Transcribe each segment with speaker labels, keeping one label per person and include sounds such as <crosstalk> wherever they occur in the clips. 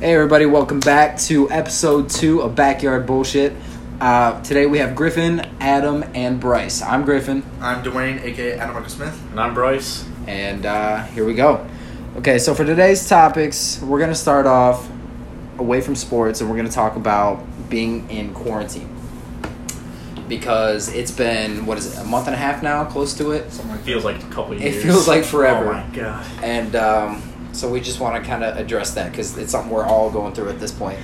Speaker 1: Hey everybody, welcome back to episode two of Backyard Bullshit. Uh, today we have Griffin, Adam, and Bryce. I'm Griffin,
Speaker 2: I'm Dwayne, aka Adam Michael Smith.
Speaker 3: And I'm Bryce.
Speaker 1: and uh, here we go. Okay, so for today's topics, we're gonna start off away from sports, and we're gonna talk about being in quarantine because it's been what is it, a month and a half now, close to it.
Speaker 3: It feels like a couple
Speaker 1: It
Speaker 3: years.
Speaker 1: feels like forever.
Speaker 3: Oh my god. <laughs>
Speaker 1: and um, so we just want to kind of address that because it's something we're all going through at this point.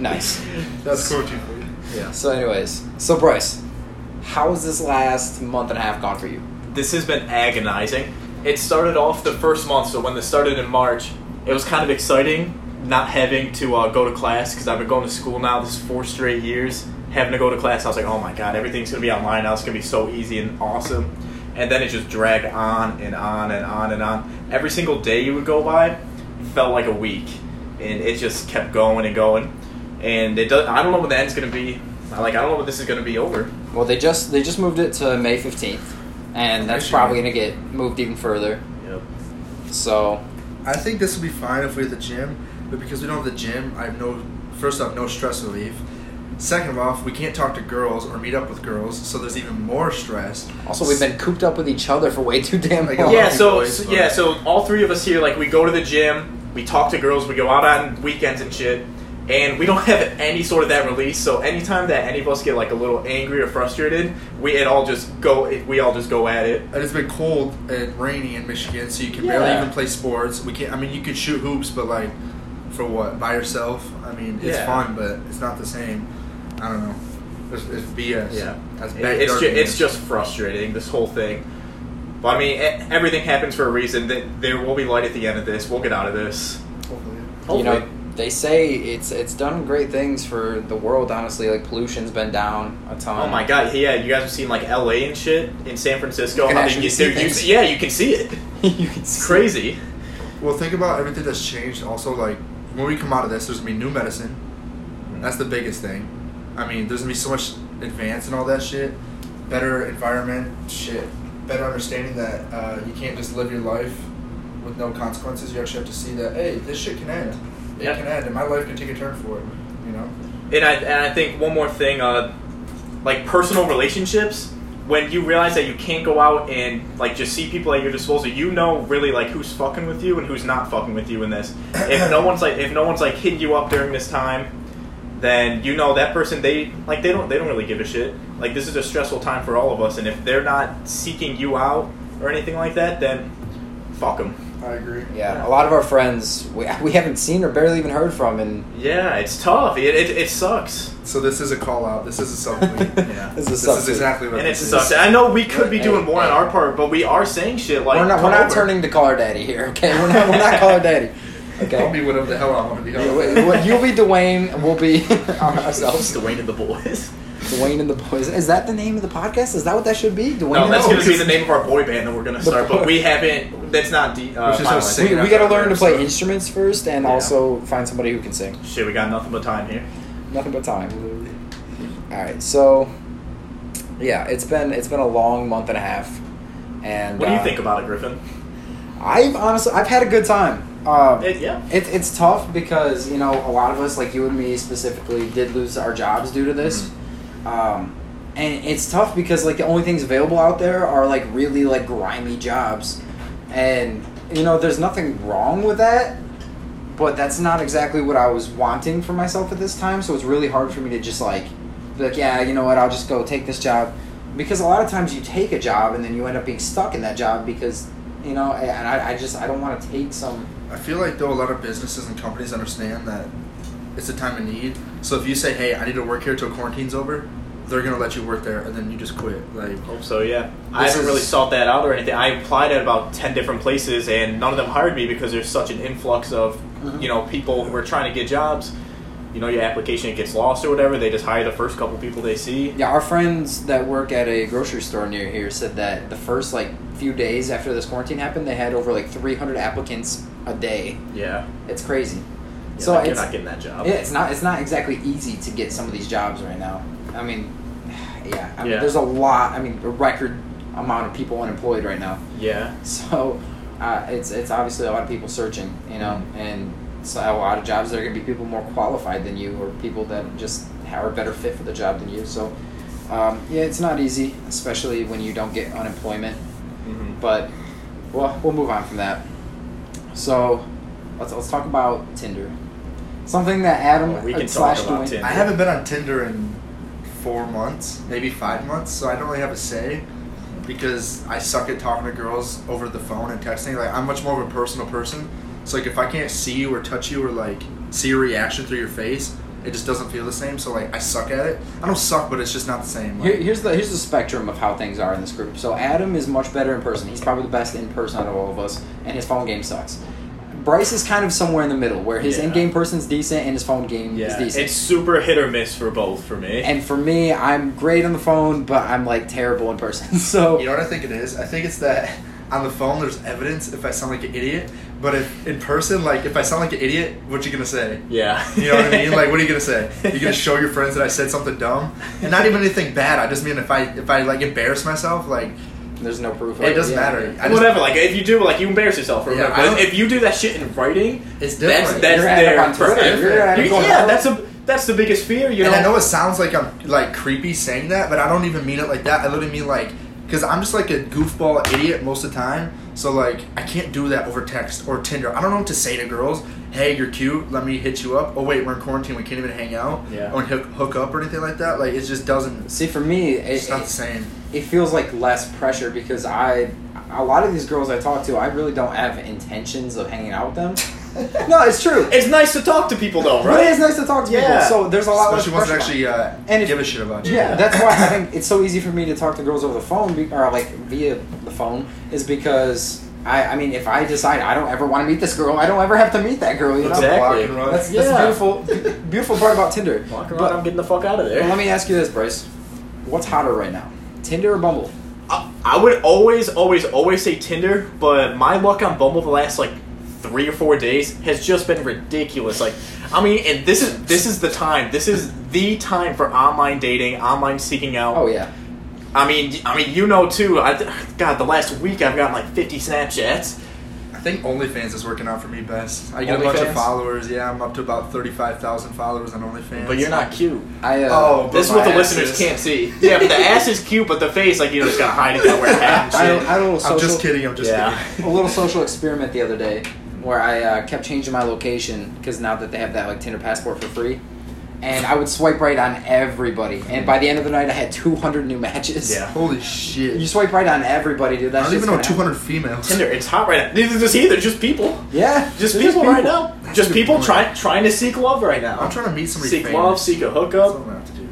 Speaker 1: Nice.
Speaker 2: That's coaching for you.
Speaker 3: Yeah.
Speaker 1: So, anyways, so Bryce, how has this last month and a half gone for you?
Speaker 3: This has been agonizing. It started off the first month, so when this started in March, it was kind of exciting not having to uh, go to class because I've been going to school now. This is four straight years having to go to class. I was like, oh my god, everything's gonna be online now. It's gonna be so easy and awesome. And then it just dragged on and on and on and on. Every single day you would go by felt like a week, and it just kept going and going. And it does. I don't know when the end's gonna be. Like I don't know when this is gonna be over.
Speaker 1: Well, they just they just moved it to May fifteenth, and that's
Speaker 2: Actually,
Speaker 1: probably
Speaker 2: yeah.
Speaker 1: gonna get moved even further.
Speaker 3: Yep.
Speaker 1: So,
Speaker 2: I think this will be fine if we're at the gym, but because we don't have the gym, I have no. First off, no stress relief. Second off, we can't talk to girls or meet up with girls, so there's even more stress.
Speaker 1: also we've been cooped up with each other for way <laughs> too damn
Speaker 2: Like,
Speaker 1: long.
Speaker 3: yeah,
Speaker 2: Well,
Speaker 3: so,
Speaker 2: it's
Speaker 3: so-
Speaker 2: fun.
Speaker 3: yeah, so all three of us here, like we go to the gym, we talk to girls, we go out on weekends and shit, and we don't <laughs> have any sort of that release. So anytime that any of us get like a little angry or frustrated, we it all just go it, we all just go at it.
Speaker 2: And it's been cold and rainy in Michigan, so you can
Speaker 1: Yeah.
Speaker 2: barely even play sports. We can't. I mean, you could shoot hoops, but like, for what? By yourself? I mean, it's
Speaker 3: Yeah.
Speaker 2: fun, but it's not the same. I don't know. It's, it's BS.
Speaker 3: Yeah,
Speaker 2: That's
Speaker 3: It- it's
Speaker 2: backyard
Speaker 3: ju- it's
Speaker 2: BS.
Speaker 3: just frustrating this whole thing. But I mean, e everything happens for a reason. Th- There will be light at the end of this. We'll get out of this.
Speaker 2: Hopefully.
Speaker 1: you know
Speaker 3: Hopefully.
Speaker 1: they say it's it's done great things for the world. Honestly, like pollution's been down a ton.
Speaker 3: Oh my god! Yeah, you guys have seen like L.A. and shit in San Francisco.
Speaker 1: You can
Speaker 3: how they
Speaker 1: actually
Speaker 3: get-
Speaker 1: see
Speaker 3: they're
Speaker 1: things.
Speaker 3: used- yeah, you can see it.
Speaker 1: <laughs> you can
Speaker 3: It's
Speaker 1: see-
Speaker 3: crazy.
Speaker 2: Well, think about everything that's changed. Also, like when we come out of this, there's gonna be new medicine. That's the biggest thing. I mean, there's gonna be so much advance and all that shit. Better environment, shit. Better understanding that uh, you can't just live your life with no consequences. You actually have to see that, hey, this shit can end. It
Speaker 3: Yeah.
Speaker 2: can end, and my life can take a turn for it. You know.
Speaker 3: And I and I think one more thing, uh, like personal relationships. When you realize that you can't go out and like just see people at your disposal, you know really like who's fucking with you and who's not fucking with you in this. If no one's like if no one's like hitting you up during this time, then you know that person they like they don't they don't really give a shit. Like this is a stressful time for all of us, and if they're not seeking you out or anything like that, then fuck them.
Speaker 2: I agree.
Speaker 1: Yeah, a lot of our friends we, we haven't seen or barely even heard from, and
Speaker 3: Yeah, it's tough. It it, it sucks.
Speaker 2: So this is a call out. This is a self plea.
Speaker 3: <laughs> Yeah.
Speaker 1: this is,
Speaker 2: this is
Speaker 1: something.
Speaker 2: exactly what
Speaker 3: And it
Speaker 2: this is.
Speaker 3: sucks. I know we could be
Speaker 1: Hey,
Speaker 3: doing more on
Speaker 1: hey.
Speaker 3: our part, but we are saying shit like
Speaker 1: we're not, we're
Speaker 3: come
Speaker 1: not
Speaker 3: over. <laughs>
Speaker 1: turning to caller daddy here, okay? We're not, we're not caller daddy.
Speaker 2: I'll
Speaker 1: Okay.
Speaker 2: be whatever the hell I want to be.
Speaker 1: Yeah, wait, what- You'll be Dwayne, and we'll be <laughs> ourselves.
Speaker 3: Dwayne and the boys.
Speaker 1: Dwayne and the boys. Is that the name of the podcast? Is that what that should be? <laughs> Dwayne.
Speaker 3: No,
Speaker 1: and
Speaker 3: that's
Speaker 1: the
Speaker 3: gonna be
Speaker 1: Boys?
Speaker 3: the name of our boy band that we're gonna
Speaker 1: The
Speaker 3: start,
Speaker 1: boy-
Speaker 3: but we haven't. That's not. De- uh,
Speaker 2: Which is so
Speaker 3: finalized.
Speaker 2: sick.
Speaker 1: We, we gotta learn to play instruments first, and
Speaker 3: Yeah.
Speaker 1: also find somebody who can sing.
Speaker 3: Shit, we got nothing but time here.
Speaker 1: Nothing but time. All right, so yeah, it's been it's been a long month and a half. And
Speaker 3: What do you
Speaker 1: uh,
Speaker 3: think about it, Griffin?
Speaker 1: I've honestly, I've had a good time. Um,
Speaker 3: It- yeah.
Speaker 1: It, it's tough because you know a lot of us, like you and me specifically, did lose our jobs due to this,
Speaker 3: Mm-hmm.
Speaker 1: um, and it's tough because like the only things available out there are like really like grimy jobs, and you know there's nothing wrong with that, but that's not exactly what I was wanting for myself at this time. So it's really hard for me to just like be like, yeah, you know what, I'll just go take this job. Because a lot of times you take a job and then you end up being stuck in that job because, you know, and I, I just, I don't want to take some.
Speaker 2: I feel like though a lot of businesses and companies understand that it's a time of need. So if you say, "Hey, I need to work here till quarantine's over," they're gonna let you work there, and then you just quit. Like,
Speaker 3: Hope so. Yeah. I
Speaker 1: This
Speaker 3: haven't
Speaker 1: is-
Speaker 3: really sought that out or anything. I applied at about ten different places, and none of them hired me because there's such an influx of
Speaker 1: Mhm.
Speaker 3: you know people who are trying to get jobs. You know, your application gets lost or whatever. They just hire the first couple people they see.
Speaker 1: Yeah, our friends that work at a grocery store near here said that the first, like, few days after this quarantine happened, they had over, like, 300 applicants a day.
Speaker 3: Yeah.
Speaker 1: It's crazy.
Speaker 3: Yeah,
Speaker 1: so
Speaker 3: like,
Speaker 1: it's,
Speaker 3: you're not getting that job.
Speaker 1: yeah, it's not, it's not exactly easy to get some of these jobs right now. I mean, <sighs> yeah, I mean,
Speaker 3: Yeah.
Speaker 1: there's a lot, I mean, a record amount of people unemployed right now. <laughs>
Speaker 3: Yeah.
Speaker 1: So uh, it's it's obviously a lot of people searching, you know, and so a lot of jobs there are going to be people more qualified than you or people that just are a better fit for the job than you. So, um, yeah, it's not easy, especially when you don't get unemployment.
Speaker 3: Mm-hmm.
Speaker 1: But, well, we'll move on from that. So, let's, let's talk about Tinder. Something that Adam uh,
Speaker 3: Oh, we can
Speaker 1: slash
Speaker 3: talk about
Speaker 1: Dwayne-
Speaker 3: Tinder.
Speaker 2: I haven't been on Tinder in four months, maybe five months, so I don't really have a say because I suck at talking to girls over the phone and texting. Like I'm much more of a personal person. So like if I can't see you or touch you or like see your reaction through your face, it just doesn't feel the same. So like I suck at it. I don't suck, but it's just not the same. Like,
Speaker 1: Here, here's the here's the spectrum of how things are in this group. So Adam is much better in person. He's probably the best in person out of all of us, and his phone game sucks. Bryce is kind of somewhere in the middle, where his
Speaker 3: Yeah.
Speaker 1: in-game person's decent and his phone game is
Speaker 3: Yeah,
Speaker 1: decent.
Speaker 3: it's super hit or miss for both for me.
Speaker 1: and for me, I'm great on the phone, but I'm like terrible in person. <laughs> So
Speaker 2: You know what I think it is? I think it's that <laughs> on the phone there's evidence if I sound like an idiot, but if in person, like if I sound like an idiot, what you gonna say?
Speaker 3: yeah,
Speaker 2: You know what I mean? Like, what are you gonna say? You gonna show your friends that I said something dumb, and not even anything bad. I just mean if I if I like embarrass myself, like
Speaker 1: there's no proof.
Speaker 2: it doesn't matter. I just,
Speaker 3: <laughs> Whatever, like if you do, like you embarrass yourself or
Speaker 2: Yeah,
Speaker 3: whatever.
Speaker 2: I
Speaker 3: But
Speaker 2: don't-
Speaker 3: if you do that shit in writing,
Speaker 2: It's
Speaker 3: that's
Speaker 2: different.
Speaker 3: that's
Speaker 1: You're at
Speaker 3: there
Speaker 1: up on Twitter.
Speaker 3: forever.
Speaker 1: You're at
Speaker 3: You-
Speaker 1: up on
Speaker 3: yeah,
Speaker 1: Twitter.
Speaker 3: that's a that's the biggest fear. You know,
Speaker 2: and I know it sounds like I'm like creepy saying that, but I don't even mean it like that. I literally mean like because I'm just like a goofball idiot most of the time. So like I can't do that over text or Tinder. I don't know what to say to girls. Hey, you're cute. Let me hit you up. Oh wait, we're in quarantine. We can't even hang out.
Speaker 3: Yeah.
Speaker 2: Or hook, hook up or anything like that. Like it just doesn't.
Speaker 1: See, for me,
Speaker 2: It's
Speaker 1: it,
Speaker 2: not the
Speaker 1: it,
Speaker 2: same.
Speaker 1: it feels like less pressure because I, a lot of these girls I talk to, I really don't have intentions of hanging out with
Speaker 3: <laughs>
Speaker 1: them. no, it's true.
Speaker 3: it's nice to talk to people though,
Speaker 1: But it is
Speaker 3: right?
Speaker 1: nice to talk to people.
Speaker 3: Yeah.
Speaker 1: So there's a lot.
Speaker 2: So
Speaker 1: less
Speaker 2: she wants to
Speaker 1: pressure on it.
Speaker 2: actually uh,
Speaker 1: And if-
Speaker 2: give a shit about you.
Speaker 1: Yeah, that's why I think it's so easy for me to talk to girls over the phone be, or like via the phone is because I, I mean, if I decide I don't ever want to meet this girl, I don't ever have to meet that girl. You know,
Speaker 3: Exactly.
Speaker 1: that's, that's
Speaker 3: Yeah.
Speaker 1: the beautiful, beautiful part about Tinder.
Speaker 3: Walk around, I'm
Speaker 1: But,
Speaker 3: getting the fuck out of
Speaker 1: but
Speaker 3: there.
Speaker 1: let me ask you this, Bryce: What's hotter right now, Tinder or Bumble?
Speaker 3: I, I would always, always, always say Tinder, but my luck on Bumble the last like three or four days has just been ridiculous. Like, I mean, and this is this is the time. This is the time for online dating, online seeking out.
Speaker 1: Oh yeah,
Speaker 3: I mean, I mean, you know too. I, God, the last week I've gotten like 50 Snapchats.
Speaker 2: I think OnlyFans is working out for me best. I get a bunch
Speaker 3: OnlyFans?
Speaker 2: of followers. Yeah, I'm up to about thirty-five thousand followers on OnlyFans.
Speaker 3: But you're not cute.
Speaker 1: I. Uh,
Speaker 2: Oh,
Speaker 3: This is
Speaker 2: But
Speaker 3: what
Speaker 2: my ass
Speaker 3: the listeners
Speaker 2: is.
Speaker 3: can't see.
Speaker 2: <laughs>
Speaker 3: Yeah, but the ass is cute, but the face, like, you know, just gotta hide it. Gotta wear a
Speaker 2: <laughs>
Speaker 3: hat
Speaker 1: I,
Speaker 3: and shit.
Speaker 1: I, I don't.
Speaker 2: I'm just kidding. <laughs> I'm just
Speaker 1: a
Speaker 3: Yeah.
Speaker 1: little social experiment the other day where I uh, kept changing my location because now that they have that like Tinder passport for free, and I would swipe right on everybody. And by the end of the night, I had 200 new matches.
Speaker 3: Yeah.
Speaker 2: kidding. Holy shit!
Speaker 1: you swipe right on everybody, dude.
Speaker 2: I
Speaker 1: That's
Speaker 2: don't even know 200 females.
Speaker 3: Tinder, it's hot right now. Neither does he. They're just people.
Speaker 1: Yeah,
Speaker 3: Just
Speaker 1: there's
Speaker 3: people, right now.
Speaker 2: That's
Speaker 3: just
Speaker 2: a good
Speaker 3: people
Speaker 2: point.
Speaker 3: trying trying to seek love right now.
Speaker 2: I'm trying to meet somebody
Speaker 3: seek
Speaker 2: famous.
Speaker 3: love, seek a
Speaker 2: That's what I'm
Speaker 3: hookup.
Speaker 2: gonna have to do.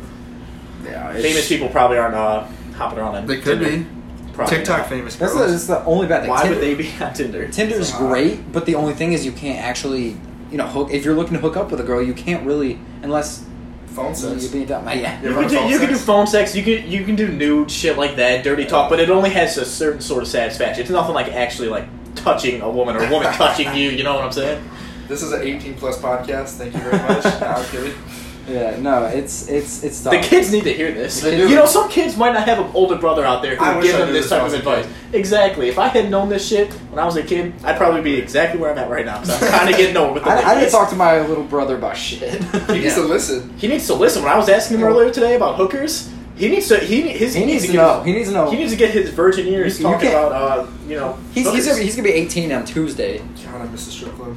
Speaker 1: Yeah, it's-
Speaker 3: Famous people probably aren't uh, hopping around on
Speaker 2: They could
Speaker 3: Tinder.
Speaker 2: be
Speaker 3: Probably
Speaker 2: TikTok
Speaker 3: not.
Speaker 2: famous
Speaker 1: That's
Speaker 2: girls.
Speaker 1: the, that's the only bad thing.
Speaker 3: Why
Speaker 1: Tinder,
Speaker 3: would they be <laughs> on Tinder?
Speaker 1: Tinder's
Speaker 2: So, uh,
Speaker 1: great, but the only thing is you can't actually, you know, hook. If you're looking to hook up with a girl, you can't really unless
Speaker 2: Phone
Speaker 1: you
Speaker 2: sex.
Speaker 1: beat up my <laughs> yeah.
Speaker 2: Yeah,
Speaker 3: You
Speaker 2: run
Speaker 3: can, do,
Speaker 2: phone
Speaker 3: you can do
Speaker 2: sex.
Speaker 3: phone sex. You can you can do nude shit like that, dirty talk, but it only has a certain sort of satisfaction. It's nothing like actually like touching a woman or a
Speaker 2: <laughs>
Speaker 3: woman touching you. You know what I'm saying?
Speaker 2: This is an 18 plus podcast. Thank you very <laughs> much. No, I'm kidding.
Speaker 1: Yeah, no, it's it's it's tough.
Speaker 3: The kids need to hear this.
Speaker 1: They do.
Speaker 3: You know, some kids might not have an older brother out there who
Speaker 2: I
Speaker 3: would
Speaker 2: wish
Speaker 3: give
Speaker 2: I
Speaker 3: them
Speaker 2: knew
Speaker 3: this
Speaker 2: this
Speaker 3: type of
Speaker 2: when I was a
Speaker 3: advice. Exactly. If I had known this shit when I was a kid, I'd probably be exactly where I'm at right now. 'cause I'm
Speaker 2: <laughs>
Speaker 3: kind of getting over with the
Speaker 1: I, I didn't
Speaker 3: ladies.
Speaker 1: talk to my little brother about shit.
Speaker 2: He needs
Speaker 3: Yeah.
Speaker 2: to listen.
Speaker 3: He needs to listen. When I was asking him earlier today about hookers, he needs to he his,
Speaker 1: He needs to
Speaker 3: get
Speaker 1: know.
Speaker 3: His,
Speaker 1: He needs to know.
Speaker 3: he needs to get his virgin ears
Speaker 1: You- you
Speaker 3: talking
Speaker 1: can't-
Speaker 3: about uh you know
Speaker 1: He's, he's,
Speaker 3: hookers.
Speaker 1: gonna, be- he's gonna be 18 on Tuesday. <laughs>
Speaker 2: God, I <laughs> miss the strip club.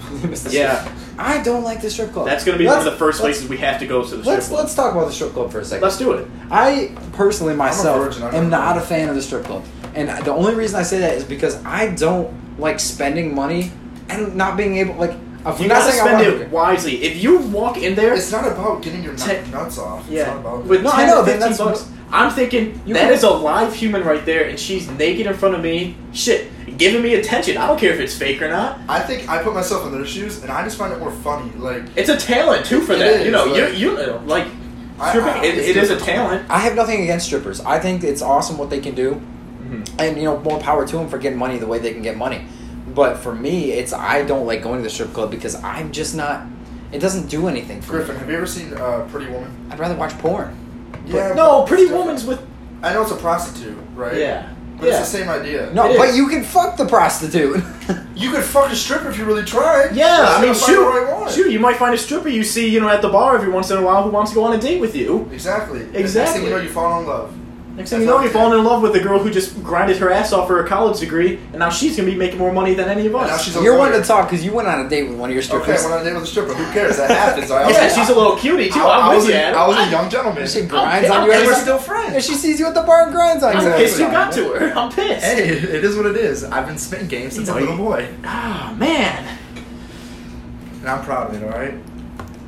Speaker 3: yeah.
Speaker 1: I don't like the strip club.
Speaker 3: That's going to be one of the 1st
Speaker 1: let's-
Speaker 3: places we have to go to the strip
Speaker 1: Let's
Speaker 3: club.
Speaker 1: let's talk about the strip club for a second.
Speaker 3: Let's do it.
Speaker 1: I personally myself
Speaker 2: virgin, I don't
Speaker 1: am
Speaker 2: know.
Speaker 1: not a fan of the strip club, and the only reason I say that is because I don't like spending money and not being able like. I'm
Speaker 3: You
Speaker 1: not
Speaker 3: gotta
Speaker 1: saying I
Speaker 3: spend
Speaker 1: want
Speaker 3: it wisely. If you walk in there,
Speaker 2: It's not about getting your
Speaker 3: Tech-
Speaker 2: nut, nuts off. It's not
Speaker 3: yeah,
Speaker 2: about
Speaker 3: with
Speaker 1: No, I
Speaker 3: 10
Speaker 1: know,
Speaker 3: or
Speaker 1: then
Speaker 3: 15
Speaker 1: that's
Speaker 3: bucks, I'm thinking
Speaker 1: You
Speaker 3: that
Speaker 1: can-
Speaker 3: is a live human right there, and she's naked in front of me. Shit, giving me attention. I don't care if it's fake or not.
Speaker 2: I think I put myself in their shoes, and I just find it more funny. Like
Speaker 3: It's a talent too for
Speaker 2: It
Speaker 3: that. you
Speaker 2: is,
Speaker 3: know,
Speaker 2: like-
Speaker 3: you you like
Speaker 2: I-
Speaker 3: stripping.
Speaker 2: I-
Speaker 3: it,
Speaker 2: it's
Speaker 3: it is a
Speaker 2: different.
Speaker 3: talent.
Speaker 1: I have nothing against strippers. I think it's awesome what they can do,
Speaker 3: Mm-hmm.
Speaker 1: and you know more power to them for getting money the way they can get money. But for me, it's I don't like going to the strip club because I'm just not. It doesn't do anything for
Speaker 2: Griffin,
Speaker 1: me.
Speaker 2: have you ever seen uh, Pretty Woman?
Speaker 1: I'd rather watch porn.
Speaker 2: Yeah,
Speaker 3: No,
Speaker 2: but
Speaker 3: Pretty
Speaker 2: it's different.
Speaker 3: Woman's with
Speaker 2: I know it's a prostitute, right?
Speaker 3: yeah.
Speaker 2: But
Speaker 1: Yeah.
Speaker 2: it's the same idea.
Speaker 1: No,
Speaker 3: It
Speaker 1: but
Speaker 3: is.
Speaker 1: you can fuck the
Speaker 3: <laughs>
Speaker 1: prostitute. <laughs>
Speaker 2: You could fuck a stripper if you really tried.
Speaker 3: Yeah,
Speaker 2: Just
Speaker 3: I
Speaker 2: gotta
Speaker 3: mean,
Speaker 2: find the right
Speaker 3: shoot,
Speaker 2: one.
Speaker 3: shoot, you might find a stripper you see, you know, at the bar every once in a while who wants to go on a date with you.
Speaker 2: Exactly. And Next thing
Speaker 3: Exactly.
Speaker 2: you know, you fall in love.
Speaker 3: Next thing you know, you've fallen in love with the girl who just grinded her ass off for a college degree, and now she's gonna be making more money than any of
Speaker 2: And now
Speaker 3: us.
Speaker 2: she's a
Speaker 1: You're one
Speaker 2: lawyer.
Speaker 1: to talk because you went on a date with one of your
Speaker 2: Okay,
Speaker 1: strippers.
Speaker 2: when I date with a stripper, who cares? That happens. I
Speaker 3: <laughs> yeah,
Speaker 2: was-
Speaker 3: she's a little cutie too.
Speaker 2: I, I
Speaker 3: I'm with
Speaker 2: was,
Speaker 3: you,
Speaker 2: a,
Speaker 3: Adam.
Speaker 2: I was a young
Speaker 1: <laughs>
Speaker 2: gentleman.
Speaker 1: she grinds
Speaker 3: I'm-
Speaker 1: on you.
Speaker 3: I'm
Speaker 2: and
Speaker 1: and
Speaker 2: we're
Speaker 1: she-
Speaker 2: still
Speaker 1: And
Speaker 2: friends.
Speaker 1: she sees you at the bar and grinds on you.
Speaker 3: I'm
Speaker 2: Exactly.
Speaker 3: pissed you got to her. I'm
Speaker 2: <laughs>
Speaker 3: pissed.
Speaker 2: Hey, it is what it is. I've been spitting games since I was a
Speaker 3: know,
Speaker 2: little boy,
Speaker 3: Ah, man.
Speaker 2: and I'm proud of it. All right.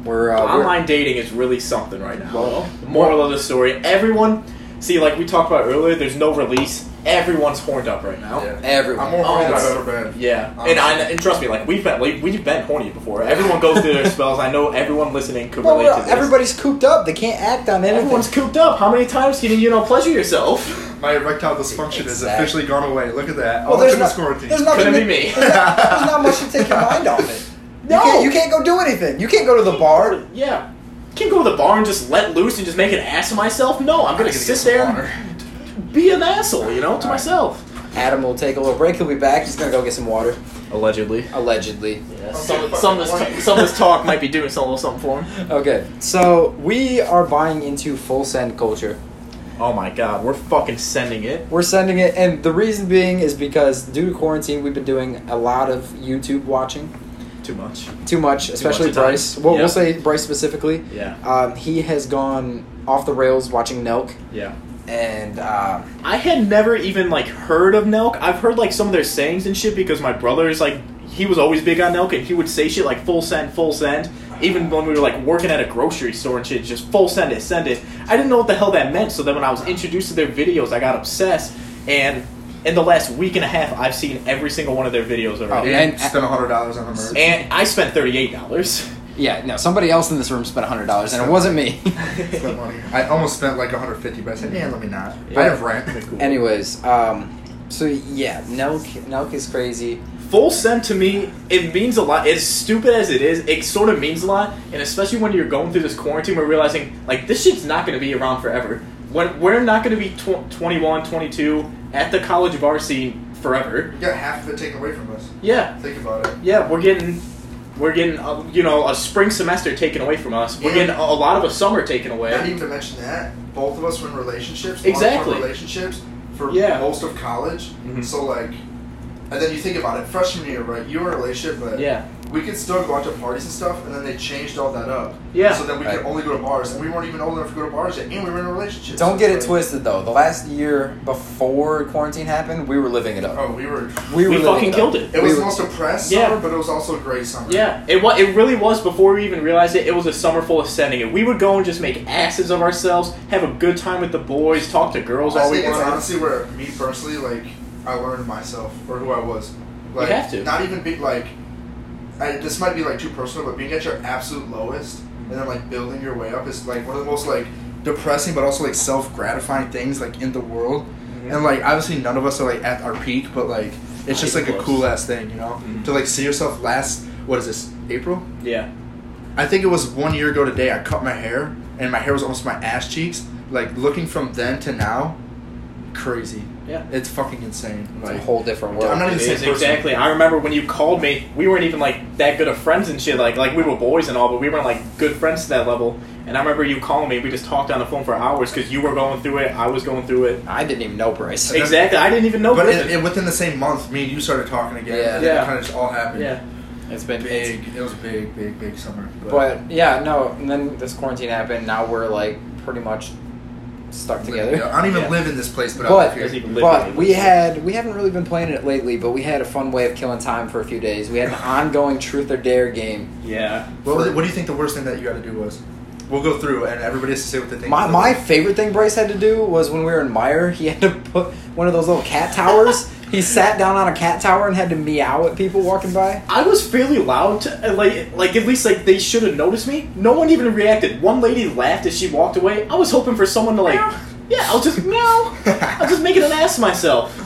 Speaker 1: We're, uh, we're-
Speaker 3: Online dating is really something right now.
Speaker 1: Well-
Speaker 3: the moral of the story, everyone, see, like we talked about earlier, there's no release. Everyone's horned up right now.
Speaker 2: Yeah.
Speaker 1: Everyone.
Speaker 2: I'm more horny than
Speaker 3: Oh,
Speaker 2: I've
Speaker 3: that's-
Speaker 2: ever been.
Speaker 3: Yeah,
Speaker 2: Honestly.
Speaker 3: and I and trust me, like we've been like, we've been horny before. Everyone goes through their spells. I know everyone listening could
Speaker 1: Well,
Speaker 3: relate
Speaker 1: we're-
Speaker 3: to this.
Speaker 1: everybody's cooped up. They can't act on anything.
Speaker 3: everyone's cooped up. How many times can you you know pleasure yourself?
Speaker 2: My erectile dysfunction has
Speaker 1: Exactly.
Speaker 2: officially gone away. Look at that.
Speaker 1: Well,
Speaker 2: All it
Speaker 1: there's
Speaker 2: took was
Speaker 1: not-
Speaker 2: quarantine.
Speaker 1: there's not-
Speaker 3: Oh, Couldn't
Speaker 1: you-
Speaker 3: be me.
Speaker 1: <laughs> There's not, there's not much to take your mind off it.
Speaker 3: No.
Speaker 1: You can't, you can't go do anything. You can't go to the bar.
Speaker 3: yeah, can't go to the bar and just let loose and just make an ass of myself. No, I'm gonna
Speaker 2: I gotta
Speaker 3: sit
Speaker 2: get
Speaker 3: there,
Speaker 2: some
Speaker 3: and be an asshole, you know, to myself.
Speaker 1: Adam will take a little break. He'll be back. He's gonna go get some water.
Speaker 3: Allegedly.
Speaker 1: Allegedly.
Speaker 3: Yeah,
Speaker 2: sorry,
Speaker 3: some, some, of
Speaker 2: fucking
Speaker 3: this, some of this talk might be doing some little something for him.
Speaker 1: Okay, so we are buying into full send culture.
Speaker 3: Oh my god, we're fucking sending it.
Speaker 1: We're sending it, and the reason being is because due to quarantine, we've been doing a lot of YouTube watching.
Speaker 3: Too much.
Speaker 1: Too much, especially
Speaker 3: at
Speaker 1: Bryce.
Speaker 3: times.
Speaker 1: Well,
Speaker 3: Yeah.
Speaker 1: we'll say Bryce specifically.
Speaker 3: Yeah.
Speaker 1: Um, he has gone off the rails watching Nelk,
Speaker 3: Yeah.
Speaker 1: and um,
Speaker 3: I had never even like heard of Nelk. I've heard like some of their sayings and shit because my brother is like he was always big on Nelk and he would say shit like full send, full send. Even when we were like working at a grocery store and shit, just full send it, send it. I didn't know what the hell that meant. So then when I was introduced to their videos, I got obsessed. And in the last week and a half, I've seen every single one of their videos already.
Speaker 1: Oh, and-
Speaker 2: and spent hundred dollars on a merch.
Speaker 3: And I spent thirty eight dollars. <laughs>
Speaker 1: yeah, no, somebody else in this room spent hundred dollars, and it wasn't me. <laughs>
Speaker 2: <laughs> Spent money. I almost spent like 150, but I said, "Yeah, let me not." I have rent.
Speaker 1: Anyways, um, so yeah, Nelk, Nelk is crazy.
Speaker 3: Full send to me, it means a lot. As stupid as it is, it sort of means a lot. And especially when you're going through this quarantine, we're realizing, like, this shit's not going to be around forever. When We're not going to be tw- 21, 22 at the college bar scene forever.
Speaker 2: You got half of it taken away from us.
Speaker 3: Yeah.
Speaker 2: Think about it.
Speaker 3: Yeah, we're getting. We're getting, uh, you know, a spring semester taken away from us. We're
Speaker 2: Yeah.
Speaker 3: getting a, a lot of a summer taken
Speaker 2: Not
Speaker 3: away.
Speaker 2: even to mention that both of us were in relationships,
Speaker 3: Exactly.
Speaker 2: long-term relationships for
Speaker 3: Yeah.
Speaker 2: most of college.
Speaker 1: Mm-hmm.
Speaker 3: Mhm.
Speaker 2: So like, and then you think about it, freshman year, right? You were in a relationship, but
Speaker 3: Yeah.
Speaker 2: we could still go out to parties and stuff, and then they changed all that up.
Speaker 3: Yeah.
Speaker 2: So then we
Speaker 1: Right.
Speaker 2: could only go to bars, and we weren't even old enough to go to bars yet, and we were in a relationship.
Speaker 1: Don't
Speaker 2: So
Speaker 1: get it
Speaker 2: it's like-
Speaker 1: twisted though. The last year before quarantine happened, we were living it up.
Speaker 2: Oh, we were.
Speaker 1: We were
Speaker 3: We
Speaker 1: living
Speaker 3: fucking
Speaker 1: up.
Speaker 3: killed it.
Speaker 2: It
Speaker 1: We
Speaker 2: was
Speaker 1: were-
Speaker 2: the most oppressed
Speaker 3: Yeah.
Speaker 2: summer, but it was also a great summer.
Speaker 3: Yeah, it was. It really was before we even realized it. It was a summer full of sending, and we would go and just make asses of ourselves, have a good time with the boys, talk to girls
Speaker 2: I
Speaker 3: all we
Speaker 2: think it's
Speaker 3: wanted.
Speaker 2: honestly where me personally, like, I learned myself or who I was. Like,
Speaker 3: have to.
Speaker 2: Not even be like. I, this might be like too personal, but being at your absolute lowest and then like building your way up is like one of the most like depressing, but also like self gratifying things like in the world. And like obviously none of us are like at our peak, but like it's just
Speaker 3: Mm-hmm. Not
Speaker 2: like
Speaker 3: even
Speaker 2: a
Speaker 3: close.
Speaker 2: cool ass thing, you know,
Speaker 3: Mhm.
Speaker 2: to like see yourself last. What is this? April?
Speaker 3: yeah,
Speaker 2: I think it was one year ago today. I cut my hair, and my hair was almost my ass cheeks. Like looking from then to now, crazy.
Speaker 3: yeah.
Speaker 2: It's fucking insane.
Speaker 1: It's
Speaker 2: Like
Speaker 1: a whole different world.
Speaker 2: I'm not
Speaker 3: It
Speaker 2: even saying
Speaker 3: is,
Speaker 2: personal.
Speaker 3: exactly. I remember when you called me. We weren't even like that good of friends and shit. Like like we were boys and all, but we weren't like good friends to that level. And I remember you calling me. We just talked on the phone for hours because you were going through it. I was going through it.
Speaker 1: I didn't even know Bryce.
Speaker 2: Hey.
Speaker 3: Exactly. I didn't even know.
Speaker 2: But
Speaker 3: Griffin.
Speaker 2: it, it, within the same month, me and you started talking again.
Speaker 1: Yeah.
Speaker 2: and then
Speaker 3: Yeah.
Speaker 2: It kind of just all happened.
Speaker 3: yeah.
Speaker 1: It's been it's-
Speaker 2: Big. It was a big, big, big summer.
Speaker 1: But yeah, no. And then this quarantine happened. Now we're like pretty much stuck together.
Speaker 2: I don't even
Speaker 3: Yeah.
Speaker 2: live in this place, but,
Speaker 1: But-
Speaker 2: I
Speaker 3: Does
Speaker 2: live
Speaker 3: he
Speaker 2: here.
Speaker 3: live
Speaker 1: But
Speaker 3: in
Speaker 1: we
Speaker 3: it?
Speaker 1: had we haven't really been playing it lately, but we had a fun way of killing time for a few days. We had an ongoing truth or dare game.
Speaker 3: yeah.
Speaker 2: What, was- what do you think the worst thing that you got to do was? We'll go through, and everybody has to say what they think.
Speaker 1: My, my favorite thing Bryce had to do was when we were in Meyer, he had to put one of those little cat towers. he sat down on a cat tower and had to meow at people walking by.
Speaker 3: I was fairly loud, to, uh, like like at least like they should have noticed me. No one even reacted. One lady laughed as she walked away. I was hoping for someone to like,
Speaker 1: Meow.
Speaker 3: yeah, I'll just meow.
Speaker 2: <laughs>
Speaker 3: I'm just making an ass of myself.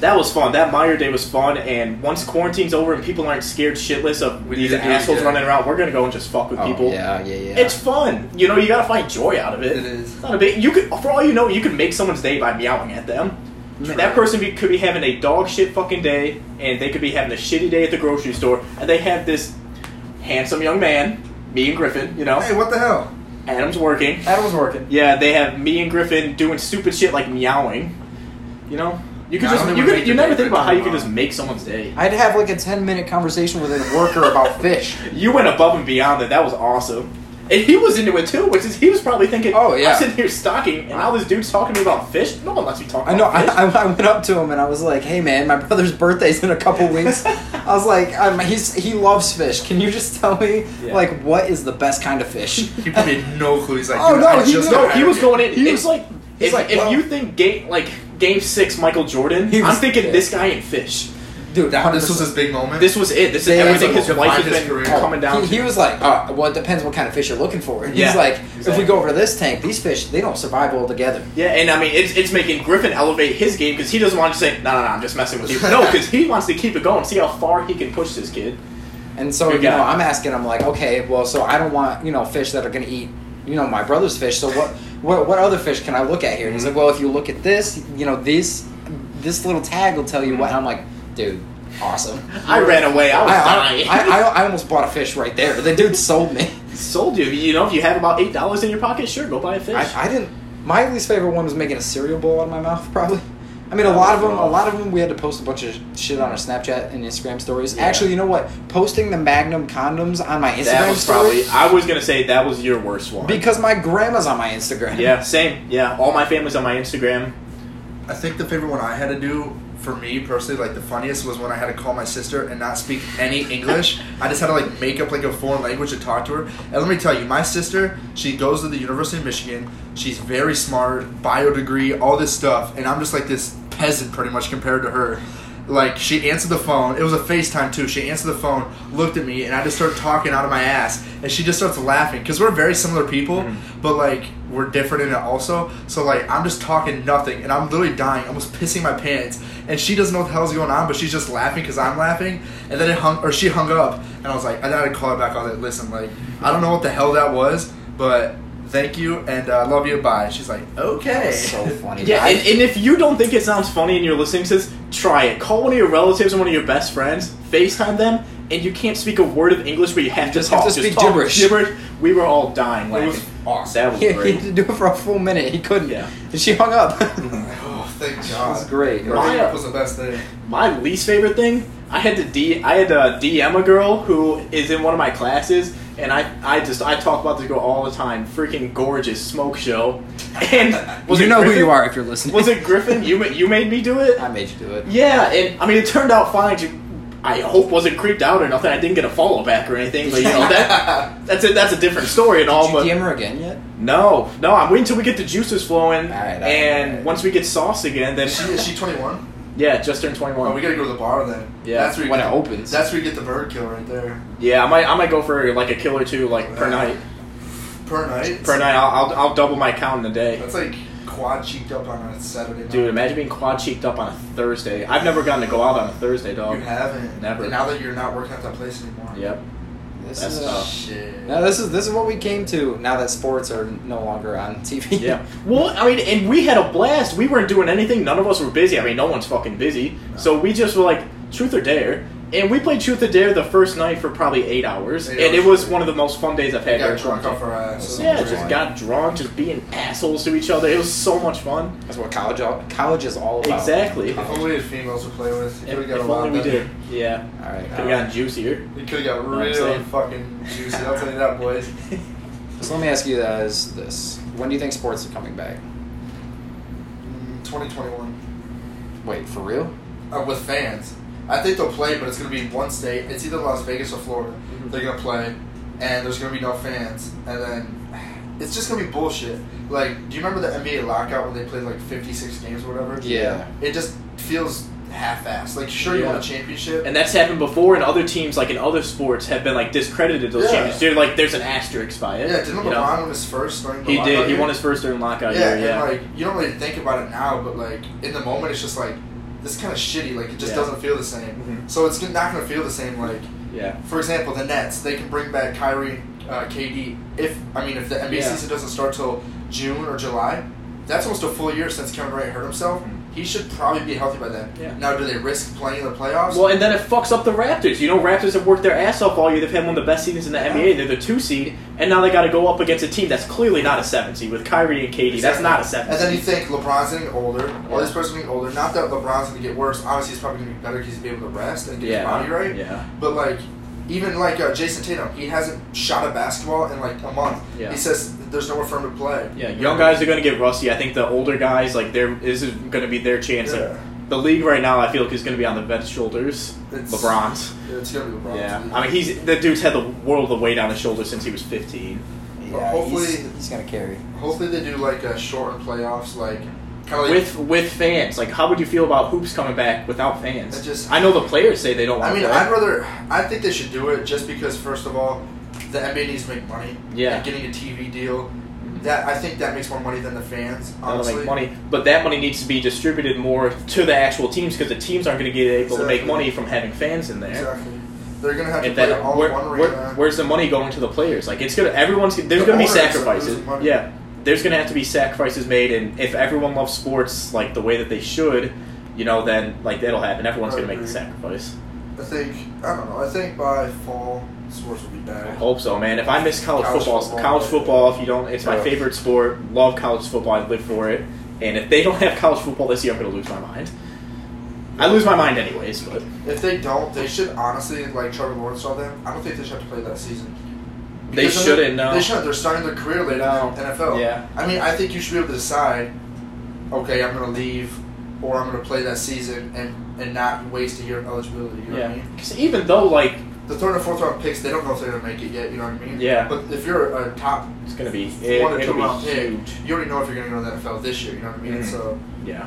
Speaker 3: That was fun. That Meyer day was fun. And once quarantine's over and people aren't scared shitless of
Speaker 2: We need
Speaker 3: these
Speaker 2: to do it
Speaker 3: assholes
Speaker 2: again.
Speaker 3: running around, we're gonna go and just fuck
Speaker 2: Oh,
Speaker 3: with people.
Speaker 1: yeah, yeah, yeah.
Speaker 3: It's fun. You know, you gotta find joy out of it.
Speaker 2: It is.
Speaker 3: It's not a big. You could, for all you know, you could make someone's day by meowing at them.
Speaker 1: True.
Speaker 3: That person be, could be having a dog shit fucking day, and they could be having a shitty day at the grocery store, and they have this handsome young man, me and Griffin, you know,
Speaker 2: Hey, what the hell?
Speaker 3: Adam's working.
Speaker 1: That was working.
Speaker 3: Yeah, they have me and Griffin doing stupid shit like meowing. You know, you could
Speaker 2: Yeah, I
Speaker 3: just
Speaker 2: don't
Speaker 3: you
Speaker 2: ever
Speaker 3: could
Speaker 2: make
Speaker 3: you
Speaker 2: the
Speaker 3: never
Speaker 2: day
Speaker 3: think about how
Speaker 2: turn
Speaker 3: you could
Speaker 2: on.
Speaker 3: just make someone's day.
Speaker 1: I'd have like a ten minute conversation with a worker about fish.
Speaker 3: You went above and beyond that. That was awesome. And he was into it too, which is he was probably thinking,
Speaker 1: Oh, yeah.
Speaker 3: I'm sitting here stalking, and now this dude's talking to me about fish. No one lets me talk.
Speaker 1: I know.
Speaker 3: About
Speaker 1: I,
Speaker 3: fish.
Speaker 1: I, I went up to him and I was like, "Hey, man, my brother's birthday's in a couple weeks." I was like, um, "He's he loves fish. Can you just tell me
Speaker 3: Yeah.
Speaker 1: like what is the best kind of fish?"
Speaker 2: He probably had no clue. He's like,
Speaker 1: Oh,
Speaker 2: dude,
Speaker 1: no,
Speaker 2: I
Speaker 1: he
Speaker 2: just
Speaker 1: knew-
Speaker 3: No,
Speaker 2: got
Speaker 3: he was
Speaker 2: hired.
Speaker 3: going in.
Speaker 1: He
Speaker 3: it's
Speaker 1: was-
Speaker 3: like
Speaker 1: he's
Speaker 3: if,
Speaker 1: like,
Speaker 3: if
Speaker 1: well-
Speaker 3: you think game like game six Michael Jordan,
Speaker 1: He was-
Speaker 3: I'm thinking
Speaker 1: yeah.
Speaker 3: this guy in fish.
Speaker 1: Dude,
Speaker 2: That, this was his big moment.
Speaker 3: This was it. This is
Speaker 1: They-
Speaker 3: everything his
Speaker 2: Defined
Speaker 3: life has
Speaker 2: his
Speaker 3: been
Speaker 2: career.
Speaker 3: coming down.
Speaker 1: He, he
Speaker 3: to.
Speaker 1: was like, uh, well, it depends what kind of fish you're looking for. And
Speaker 3: Yeah,
Speaker 1: he's like, if
Speaker 3: exactly.
Speaker 1: we go over to this tank, these fish, they don't survive all together.
Speaker 3: Yeah, and I mean, it's, it's making Griffin elevate his game because he doesn't want to say, no, no, no, I'm just
Speaker 1: <laughs>
Speaker 3: messing with you. No, because he wants to keep it going, see how far he can push this kid.
Speaker 1: And so,
Speaker 3: Good
Speaker 1: you know,
Speaker 3: guy.
Speaker 1: I'm asking him, like, okay, well, so I don't want, you know, fish that are going to eat, you know, my brother's fish. So what, what, what other fish can I look at here? And he's
Speaker 3: Mm-hmm.
Speaker 1: like, well, if you look at this, you know, this, this little tag will tell you
Speaker 3: Mm-hmm.
Speaker 1: what. And I'm like, dude, awesome.
Speaker 3: I ran away. I was
Speaker 1: I,
Speaker 3: dying.
Speaker 1: I, I, I almost bought a fish right there. The dude sold me.
Speaker 3: sold you. You know, if you have about eight dollars in your pocket, sure, go buy a fish.
Speaker 1: I, I didn't. My least favorite one was making a cereal bowl out of my mouth. Probably. I mean, a lot of them. A lot of them. We had to post a bunch of shit on our Snapchat and Instagram stories.
Speaker 3: Yeah.
Speaker 1: Actually, you know what? Posting the Magnum condoms on my Instagram
Speaker 3: that was
Speaker 1: story
Speaker 3: probably. I was gonna say that was your worst one.
Speaker 1: because my grandma's on my Instagram.
Speaker 3: yeah, same. Yeah, all my family's on my Instagram.
Speaker 2: I think the favorite one I had to do for me personally, like the funniest, was when I had to call my sister and not speak any English. I just had to like make up like a foreign language to talk to her. And let me tell you, my sister, she goes to the University of Michigan. She's very smart, bio degree, all this stuff, and I'm just like this peasant pretty much compared to her. Like she answered the phone. It was a FaceTime too. She answered the phone, looked at me, and I just started talking out of my ass. And she just starts laughing because we're very similar people, but like we're different in it also. So like I'm just talking nothing, and I'm literally dying, almost pissing my pants. And she doesn't know what the hell's going on, but she's just laughing because I'm laughing. And then it hung, or she hung up, and I was like, I gotta call her back. I was like, listen, like I don't know what the hell that was, but thank you and uh, love you. Bye. She's like,
Speaker 1: That
Speaker 2: okay.
Speaker 1: was <laughs>
Speaker 2: <laughs>
Speaker 1: so funny.
Speaker 3: Yeah,
Speaker 1: I-
Speaker 3: and, and if you don't think it sounds funny and you're listening to this, try it. Call one of your relatives and one of your best friends, FaceTime them, and you can't speak a word of English, but you have
Speaker 1: Just
Speaker 3: to talk.
Speaker 1: have to speak
Speaker 3: talk.
Speaker 1: gibberish.
Speaker 3: We were all dying
Speaker 2: It
Speaker 3: laughing.
Speaker 2: was awesome.
Speaker 3: That
Speaker 1: <laughs>
Speaker 3: was
Speaker 1: he, he <laughs>
Speaker 3: great.
Speaker 1: had to do it for a full minute. He couldn't.
Speaker 3: Yeah.
Speaker 1: And she hung
Speaker 3: <laughs>
Speaker 1: up.
Speaker 2: Oh, thank
Speaker 1: It
Speaker 2: God.
Speaker 1: was great. uh, It was-
Speaker 3: Why-
Speaker 2: was the best thing.
Speaker 3: My least favorite thing, I had to D, I had to DM a girl who is in one of my classes, and I, I just I talk about this girl all the time. Freaking gorgeous smoke show, <laughs> and was
Speaker 1: you
Speaker 3: it
Speaker 1: know who
Speaker 3: Griffin?
Speaker 1: you are if you're listening.
Speaker 3: Was it Griffin? You ma- you made me do it.
Speaker 1: <laughs> I made you do it.
Speaker 3: Yeah, and I mean it turned out fine. She- I hope wasn't creeped out or nothing. I didn't get a follow back or anything, but you know
Speaker 1: <laughs>
Speaker 3: that that's a, that's a different story and all.
Speaker 1: Did you
Speaker 3: But
Speaker 1: DM her again yet?
Speaker 3: no, no, I'm waiting until we get the juices flowing,
Speaker 1: All right, all
Speaker 3: and
Speaker 1: right.
Speaker 3: once we get sauce again, then
Speaker 2: Is she, is she 21?
Speaker 3: yeah, just turned 21.
Speaker 2: Oh, we gotta go to the bar then.
Speaker 3: Yeah,
Speaker 2: that's where you
Speaker 1: when
Speaker 2: get
Speaker 1: it
Speaker 2: the-
Speaker 1: opens.
Speaker 2: That's where you get the bird kill right there.
Speaker 3: yeah, I might I might go for like a kill or two like per
Speaker 2: Yeah.
Speaker 3: night.
Speaker 2: Per night.
Speaker 3: Per night, I'll, I'll I'll double my count in a day.
Speaker 2: That's like quad cheeked up on a Saturday night.
Speaker 3: Dude, imagine being quad cheeked up on a Thursday. I've never gotten to go out on a Thursday,
Speaker 2: you
Speaker 3: dog.
Speaker 2: haven't.
Speaker 3: Never.
Speaker 2: And now that you're not working at that place anymore.
Speaker 3: Yep. Oh.
Speaker 1: This
Speaker 3: That's
Speaker 1: is
Speaker 3: tough.
Speaker 2: Shit.
Speaker 1: Now this is this is what we came to. Now that sports are no longer on TV. <laughs>
Speaker 3: Yeah. <laughs> Well, I mean, and we had a blast. We weren't doing anything. None of us were busy. I mean, no one's fucking busy. So we just were like, truth or dare. And we played truth or dare the first night for probably eight hours.
Speaker 2: Eight
Speaker 3: and it
Speaker 2: hours.
Speaker 3: was one of the most fun days I've
Speaker 2: We
Speaker 3: had.
Speaker 2: got
Speaker 3: here.
Speaker 2: drunk off our ass.
Speaker 3: yeah, just
Speaker 1: Drunk.
Speaker 3: got drunk, just being assholes to each other. It was so much fun.
Speaker 1: That's what college all, college is all about.
Speaker 3: Exactly.
Speaker 2: If only we had females to play with, it
Speaker 3: If,
Speaker 2: could have got
Speaker 3: if
Speaker 2: a lot
Speaker 3: only we
Speaker 2: better.
Speaker 3: did. Yeah.
Speaker 1: All right. um,
Speaker 3: Could have gotten juicier.
Speaker 2: It could have got
Speaker 3: what I'm
Speaker 2: real
Speaker 3: saying?
Speaker 2: fucking juicy. I'll tell you that, boys.
Speaker 1: So let me ask you guys this: When do you think sports are coming back?
Speaker 2: Mm, 2021.
Speaker 1: Wait, for real?
Speaker 2: uh, with fans. I think they'll play, but it's going to be in one state. It's either Las Vegas or Florida.
Speaker 3: Mhm.
Speaker 2: They're going to play, and there's going to be no fans. And then it's just going to be bullshit. Like, do you remember the NBA lockout when they played like 56 games or whatever?
Speaker 1: Yeah.
Speaker 2: It just feels half assed. Like, sure, you
Speaker 3: Yeah.
Speaker 2: won a championship.
Speaker 3: And that's happened before, and other teams, like in other sports, have been like discredited those
Speaker 2: Yeah.
Speaker 3: champions. They're like, there's an asterisk by it.
Speaker 2: yeah, didn't
Speaker 3: you know?
Speaker 2: LeBron win his first during the
Speaker 3: He
Speaker 2: lockout
Speaker 3: did. He
Speaker 2: year?
Speaker 3: won his first during lockout
Speaker 2: yeah,
Speaker 3: year. Yeah.
Speaker 2: and like, you don't really think about it now, but like, in the moment, it's just like, this kind of shitty. Like, it just
Speaker 3: Yeah.
Speaker 2: doesn't feel the same.
Speaker 3: Mhm.
Speaker 2: So it's not going to feel the same, like,
Speaker 3: yeah.
Speaker 2: For example, the Nets, they can bring back Kyrie and uh, KD. If I mean, if the NBA
Speaker 3: Yeah.
Speaker 2: season doesn't start till June or July, that's almost a full year since Kevin Durant hurt himself. He should probably be healthy by then.
Speaker 3: Hmm. Yeah.
Speaker 2: Now, do they risk playing in the playoffs?
Speaker 3: Well, and then it fucks up the Raptors. You know, Raptors have worked their ass off all year. They've had one of the best seasons in the NBA. They're the two seed, and now they got to go up against a team that's clearly not a seven seed with Kyrie and Katie. That's
Speaker 2: Exactly.
Speaker 3: not a seven.
Speaker 2: And then you
Speaker 3: seed.
Speaker 2: think LeBron's getting older, or this person's getting older. Not that LeBron's going to get worse. Obviously, he's probably going to be better because he's be able to rest and get
Speaker 3: yeah,
Speaker 2: his body right.
Speaker 3: Yeah,
Speaker 2: But like, even like uh, Jason Tatum, he hasn't shot a basketball in like a month.
Speaker 3: Yeah.
Speaker 2: He says there's nowhere for him to play.
Speaker 3: yeah. Young guys are going to get rusty. I think the older guys, like, they're, this is going to be their chance.
Speaker 2: Yeah.
Speaker 3: Like, the league right now, I feel like is going to be on the vets' shoulders.
Speaker 2: It's-
Speaker 3: LeBron's.
Speaker 2: It's gonna be LeBron.
Speaker 3: Yeah, I mean, he's the dude's had the world of weight on his shoulders since he was 15.
Speaker 1: Yeah,
Speaker 2: Well, hopefully-
Speaker 1: he's, he's gonna carry.
Speaker 2: Hopefully they do like a shortened playoffs, like kind of like.
Speaker 3: With with fans, like, how would you feel about hoops coming back without
Speaker 2: It
Speaker 3: fans?
Speaker 2: just-
Speaker 3: I know the players say they don't want.
Speaker 2: I mean,
Speaker 3: to
Speaker 2: I'd rather. I think they should do it just because, first of all, the NBA needs to make money.
Speaker 3: Yeah.
Speaker 2: And getting a TV deal, that I think that makes more money than the fans.
Speaker 3: That'll
Speaker 2: Honestly.
Speaker 3: make money, but that money needs to be distributed more to the actual teams because the teams aren't going to get able to make
Speaker 2: Exactly.
Speaker 3: money from having fans in there.
Speaker 2: Exactly. They're gonna have to
Speaker 3: If
Speaker 2: play
Speaker 3: that,
Speaker 2: all
Speaker 3: where-
Speaker 2: in one
Speaker 3: where-
Speaker 2: arena.
Speaker 3: where's the money going to the players? Like it's gonna everyone's there's
Speaker 2: The
Speaker 3: gonna be
Speaker 2: owners are losing
Speaker 3: sacrifices.
Speaker 2: money.
Speaker 3: Yeah, there's gonna have to be sacrifices made, and if everyone loves sports like the way that they should, you know, then like that'll happen. Everyone's
Speaker 2: I
Speaker 3: gonna make the
Speaker 2: agree.
Speaker 3: sacrifice.
Speaker 2: I think I don't know. I think by fall sports will be
Speaker 3: I
Speaker 2: back.
Speaker 3: hope so, man. If I miss college,
Speaker 2: College
Speaker 3: football,
Speaker 2: football.
Speaker 3: college football. If you don't, it's my
Speaker 2: Yeah.
Speaker 3: favorite sport. Love college football. I live for it. And if they don't have college football this year, I'm gonna lose my mind. I lose my mind anyways, but
Speaker 2: If they don't, they should honestly like Trevor Lawrence saw them. I don't think they should have to play that season.
Speaker 3: They
Speaker 2: Because
Speaker 3: shouldn't,
Speaker 2: they're-
Speaker 3: no.
Speaker 2: They shouldn't. They're starting their career later
Speaker 3: No.
Speaker 2: in the NFL.
Speaker 3: Yeah.
Speaker 2: I mean, I think you should be able to decide. Okay, I'm gonna leave, or I'm gonna play that season and and not waste a year of eligibility. You know what I
Speaker 3: yeah.
Speaker 2: mean?
Speaker 3: Because even though like
Speaker 2: The third and fourth round picks, they don't know if they're gonna make it yet. You know what I mean?
Speaker 3: Yeah.
Speaker 2: But if you're a top
Speaker 3: it's gonna be it,
Speaker 2: one or two
Speaker 3: it'll be
Speaker 2: round pick,
Speaker 3: huge.
Speaker 2: you already know if you're gonna go to the NFL this year. You know what I mean?
Speaker 3: Mhm.
Speaker 2: So
Speaker 3: Yeah.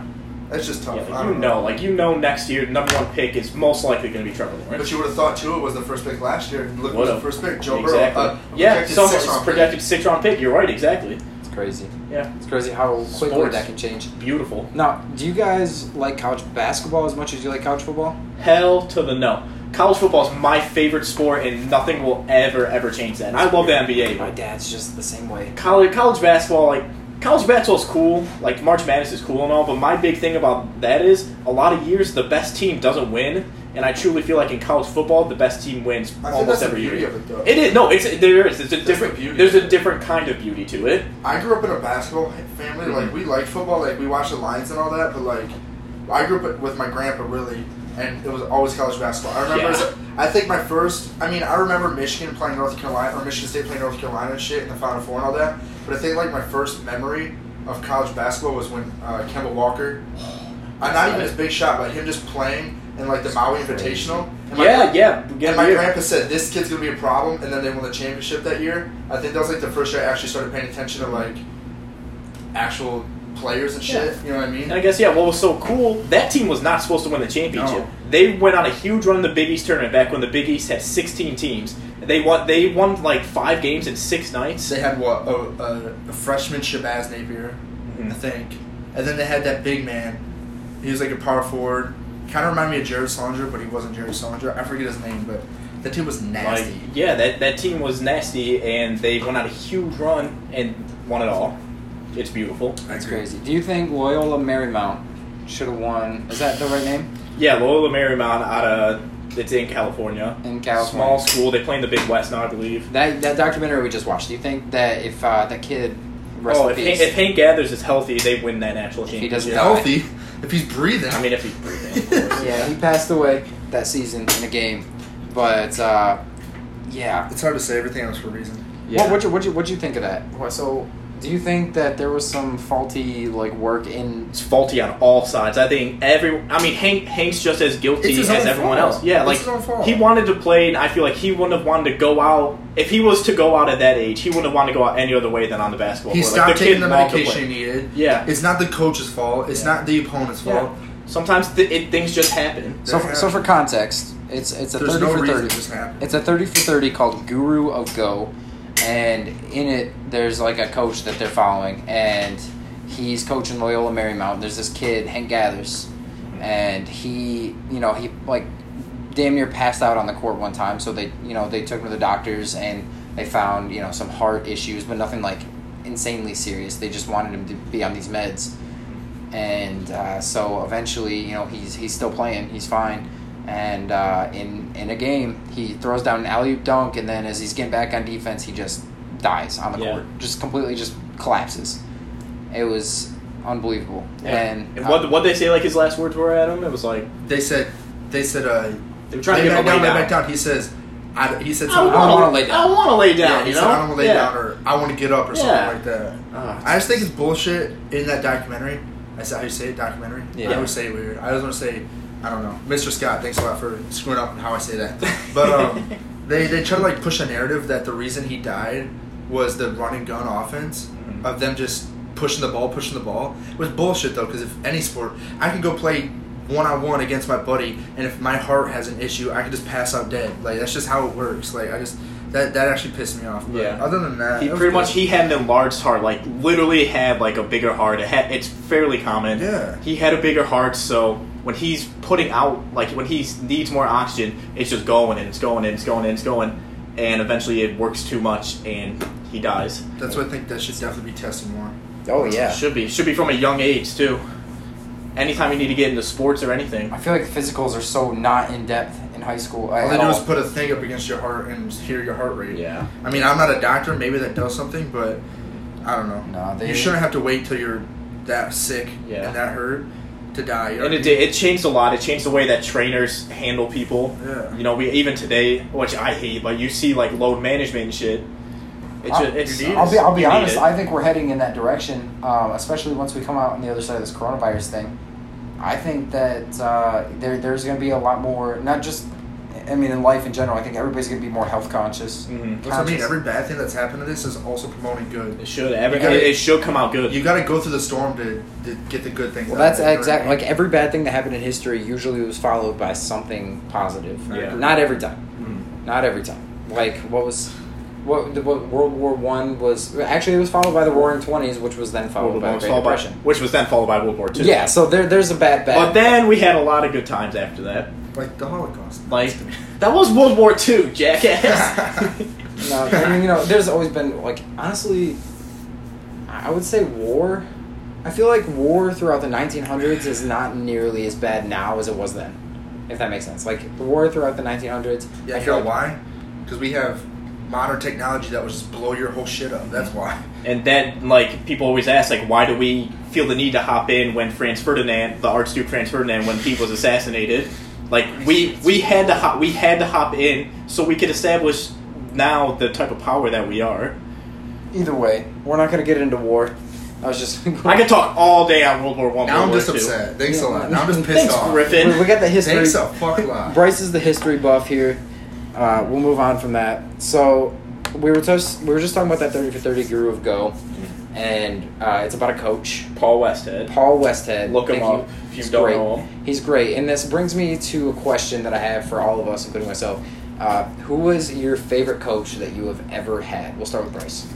Speaker 2: that's just tough.
Speaker 3: Yeah,
Speaker 2: I
Speaker 3: like,
Speaker 2: don't
Speaker 3: you know. like you know, next year number one pick is most likely going to be Trevor Lawrence.
Speaker 2: But you would have thought Tua was the first pick last year. Look, who was the
Speaker 3: Would've.
Speaker 2: first pick? Joe
Speaker 3: exactly.
Speaker 2: Burrow. Uh,
Speaker 3: yeah,
Speaker 2: projected
Speaker 3: so
Speaker 2: sixth
Speaker 3: it's
Speaker 2: round pick.
Speaker 3: projected six round pick. You're right, exactly.
Speaker 1: It's crazy.
Speaker 3: Yeah,
Speaker 1: It's crazy how quickly
Speaker 3: Sports.
Speaker 1: that can change.
Speaker 3: beautiful.
Speaker 1: Now, do you guys like college basketball as much as you like college football?
Speaker 3: Hell to the no. College football is my favorite sport, and nothing will ever ever change that. And I love the NBA.
Speaker 1: My
Speaker 3: But
Speaker 1: dad's just the same way.
Speaker 3: college college basketball, like college basketball is cool. Like March Madness is cool and all, but my big thing about that is a lot of years the best team doesn't win. And I truly feel like in college football, the best team wins
Speaker 2: I think
Speaker 3: almost
Speaker 2: that's
Speaker 3: every
Speaker 2: the beauty
Speaker 3: year.
Speaker 2: of it, though.
Speaker 3: It is no, it's there is. It's a
Speaker 2: That's
Speaker 3: different
Speaker 2: the beauty
Speaker 3: There's
Speaker 2: of
Speaker 3: a
Speaker 2: it.
Speaker 3: different kind of beauty to it.
Speaker 2: I grew up in a basketball family. Like we like football. Like we watched the Lions and all that. But like, I grew up with my grandpa really, and it was always college basketball. I remember.
Speaker 3: Yeah.
Speaker 2: I think my first. I mean, I remember Michigan playing North Carolina or Michigan State playing North Carolina and shit in the Final Four and all that. But I think like my first memory of college basketball was when uh, Kemba
Speaker 3: <sighs>
Speaker 2: Walker, uh, not even his big shot, but him just playing in like the Maui Invitational. And my-
Speaker 3: yeah, yeah. yeah,
Speaker 2: and my
Speaker 3: yeah.
Speaker 2: grandpa said this kid's gonna be a problem, and then they won the championship that year. I think that was like the first year I actually started paying attention to like actual players and shit. You know what I mean?
Speaker 3: And I guess yeah, what was so cool? That team was not supposed to win the championship.
Speaker 2: No.
Speaker 3: They went on a huge run in the Big East tournament back when the Big East had 16 teams. They won. They won like five games in six nights.
Speaker 2: they had what a, a, a freshman Shabazz Napier,
Speaker 3: Mhm.
Speaker 2: I think, and then they had that big man. He was like a power forward. Kind of reminded me of Jared Solinger, but he wasn't Jared Solinger. I forget his name, but that team was
Speaker 3: Like,
Speaker 2: nasty.
Speaker 3: yeah, that that team was nasty, and they went on a huge run and won it all. It's beautiful.
Speaker 1: That's
Speaker 2: I agree.
Speaker 1: crazy. Do you think Loyola Marymount should have won? Is that the right name?
Speaker 3: Yeah, Loyola Marymount out of it's in California.
Speaker 1: In California.
Speaker 3: Small school. They play in the Big West now, I believe.
Speaker 1: That that documentary we just watched. Do you think that if uh, that kid rest
Speaker 3: oh,
Speaker 1: in
Speaker 3: if,
Speaker 1: peace,
Speaker 3: Hank, if Hank Gathers is healthy, they win that national
Speaker 1: If
Speaker 3: championship.
Speaker 1: he doesn't
Speaker 2: Yeah. Healthy, if he's breathing.
Speaker 3: I mean, if he's breathing. Of <laughs> course.
Speaker 1: yeah, he passed away that season in a game, but uh, yeah.
Speaker 2: it's hard to say everything else for a reason.
Speaker 3: Yeah.
Speaker 1: What what you what you what you think of that? What- So, do you think that there was some faulty like work in?
Speaker 3: It's faulty on all sides. I think every. I mean, Hank Hank's just as guilty
Speaker 2: It's his
Speaker 3: as
Speaker 2: own
Speaker 3: everyone
Speaker 2: fault.
Speaker 3: else. Yeah,
Speaker 2: It's
Speaker 3: like
Speaker 2: his own fault.
Speaker 3: he wanted to play, and I feel like he wouldn't have wanted to go out if he was to go out at that age. He wouldn't have wanted to go out any other way than on the basketball.
Speaker 2: He
Speaker 3: court.
Speaker 2: stopped
Speaker 3: like, the
Speaker 2: taking
Speaker 3: kid
Speaker 2: the
Speaker 3: loved to
Speaker 2: medication he
Speaker 3: play.
Speaker 2: needed.
Speaker 3: Yeah.
Speaker 2: It's not the coach's fault. It's
Speaker 3: Yeah.
Speaker 2: not the opponent's fault.
Speaker 3: Sometimes th- it, things just happen.
Speaker 1: So
Speaker 2: Yeah.
Speaker 1: so for context, it's it's a
Speaker 2: There's
Speaker 1: thirty
Speaker 2: no
Speaker 1: for
Speaker 2: reason
Speaker 1: thirty.
Speaker 2: it just happened.
Speaker 1: It's a 30 for 30 called Guru of Go. And in it, there's like a coach that they're following. And he's coaching Loyola Marymount. There's this kid, Hank Gathers. And he, you know, he like damn near passed out on the court one time. So they, you know, they took him to the doctors and they found, you know, some heart issues, but nothing like insanely serious. They just wanted him to be on these meds and uh, so eventually, you know, he's he's still playing, he's fine, and uh, in in a game, he throws down an alley oop dunk, and then as he's getting back on defense, he just dies on the
Speaker 3: Yeah.
Speaker 1: court, just completely just collapses. It was unbelievable, and,
Speaker 3: and
Speaker 1: uh,
Speaker 3: what what they say like his last words were at him? It was like
Speaker 2: They said, they said, uh,
Speaker 3: they were trying
Speaker 2: lay
Speaker 3: to
Speaker 2: back down,
Speaker 3: get him to lay
Speaker 2: lay
Speaker 3: down.
Speaker 2: back down. He says, I, he said,
Speaker 3: I
Speaker 2: something-
Speaker 1: wanna-
Speaker 3: want to
Speaker 1: wanna lay down.
Speaker 3: I want to lay down.
Speaker 2: yeah, he
Speaker 3: you know,
Speaker 2: said, I don't want to lay
Speaker 3: Yeah.
Speaker 2: down or I want to get up or
Speaker 3: Yeah.
Speaker 2: something like that.
Speaker 3: Ah,
Speaker 2: I just think it's bullshit in that documentary. Is that how you say it? Documentary?
Speaker 1: Yeah.
Speaker 2: I always say it weird. I just want to say, I don't know. Mr. Scott, thanks a lot for screwing up on how I say that. But
Speaker 3: <laughs>
Speaker 2: um, they, they try to like push a narrative that the reason he died was the run and gun offense
Speaker 3: Mhm.
Speaker 2: of them just pushing the ball, pushing the ball. It was bullshit though, because if any sport, I can go play one on one against my buddy, and if my heart has an issue, I can just pass out dead. Like that's just how it works. Like I just that that actually pissed me off. But
Speaker 3: Yeah.
Speaker 2: Other than that,
Speaker 3: He
Speaker 2: it was
Speaker 3: pretty much
Speaker 2: good.
Speaker 3: he had an enlarged heart, like literally had like a bigger heart. It had, it's fairly common.
Speaker 2: Yeah.
Speaker 3: He had a bigger heart, so when he's putting out, like when he needs more oxygen, it's just going and it's going and it's going and it's going, and eventually it works too much and he dies.
Speaker 2: That's why I think that should definitely be tested more.
Speaker 1: oh yeah,
Speaker 3: Should be should be from a young age too. Anytime you need to get into sports or anything,
Speaker 1: I feel like physicals are so not in depth in high school.
Speaker 2: All
Speaker 1: at
Speaker 2: they do is
Speaker 1: all.
Speaker 2: put a thing up against your heart and hear your heart rate.
Speaker 3: yeah.
Speaker 2: I mean, I'm not a doctor. Maybe that does something, but I don't know.
Speaker 1: No, they-
Speaker 2: you shouldn't have to wait till you're that sick
Speaker 3: Yeah.
Speaker 2: and that hurt to die. You know
Speaker 3: And it,
Speaker 2: what I mean?
Speaker 3: did- it changed a lot. It changed the way that trainers handle people.
Speaker 2: Yeah.
Speaker 3: You know, we even today, which I hate, but you see like load management and shit. It
Speaker 1: I'll-
Speaker 3: ju- it's,
Speaker 2: you need
Speaker 1: I'll be, I'll be
Speaker 3: you need
Speaker 1: honest.
Speaker 3: it.
Speaker 1: I think we're heading in that direction, um, especially once we come out on the other side of this coronavirus thing. I think that uh, there, there's going to be a lot more, not just, I mean, in life in general. I think everybody's going to be more health conscious.
Speaker 2: That's
Speaker 3: Mhm.
Speaker 2: what I mean.
Speaker 1: Mm-hmm. conscious.
Speaker 2: Every bad thing that's happened to this is also promoting good.
Speaker 3: It should. Every,
Speaker 2: You gotta-
Speaker 3: it, it should come out good.
Speaker 2: You got to go through the storm to, to get the good things.
Speaker 1: Well,
Speaker 2: out of
Speaker 1: that's
Speaker 2: it, you know what I
Speaker 1: exactly
Speaker 2: mean?
Speaker 1: like every bad thing that happened in history usually was followed by something positive.
Speaker 3: Yeah.
Speaker 1: Not every time.
Speaker 3: Mm-hmm.
Speaker 2: Mhm.
Speaker 1: Not every time. Like what was, what, the- what World War One was actually it was followed by the Roaring Twenties, which was then followed
Speaker 3: World
Speaker 1: by the
Speaker 3: War I,
Speaker 1: Great
Speaker 3: followed by-
Speaker 1: Depression.
Speaker 3: which was then followed by World War Two.
Speaker 1: Yeah, so there, there's a bad bad.
Speaker 3: But then we had a lot of good times after that.
Speaker 2: like the Holocaust. <laughs>
Speaker 1: <laughs>
Speaker 3: Like that was World War Two, jackass.
Speaker 1: No, I mean, you know, there's always been like honestly, I would say war. I feel like war throughout the 1900s is not nearly as bad now as it was then, if that makes sense. Like the war throughout the 1900s.
Speaker 2: Yeah,
Speaker 1: I
Speaker 2: you
Speaker 1: feel
Speaker 2: know
Speaker 1: like-
Speaker 2: why? Because we have modern technology that will just blow your whole shit up. That's why.
Speaker 3: and then like people always ask like why do we feel the need to hop in when Franz Ferdinand, the Archduke Franz Ferdinand, when he was assassinated, like we we had to hop we had to hop in so we could establish now the type of power that we are.
Speaker 1: Either way, we're not gonna get into war. I was just.
Speaker 3: I could talk all day on World War One.
Speaker 2: Now
Speaker 3: World
Speaker 2: I'm
Speaker 3: War
Speaker 2: just
Speaker 3: Two.
Speaker 2: upset. Thanks a
Speaker 1: Yeah.
Speaker 2: lot. Now
Speaker 3: <laughs>
Speaker 2: I'm just pissed
Speaker 3: Thanks,
Speaker 2: off.
Speaker 3: Griffin.
Speaker 1: <laughs> We, we got the history.
Speaker 2: Thanks a fuck lot.
Speaker 1: Bryce is the history buff here. Uh, we'll move on from that. So we were just we were just talking about that 30 for 30 guru of go, and uh, it's about a coach.
Speaker 3: Paul Westhead.
Speaker 1: Paul Westhead.
Speaker 3: Look him
Speaker 1: Thank
Speaker 3: up if you
Speaker 1: He's
Speaker 3: don't
Speaker 1: great.
Speaker 3: know him.
Speaker 1: He's great. And this brings me to a question that I have for all of us, including myself. Uh, who was your favorite coach that you have ever had? We'll start with Bryce.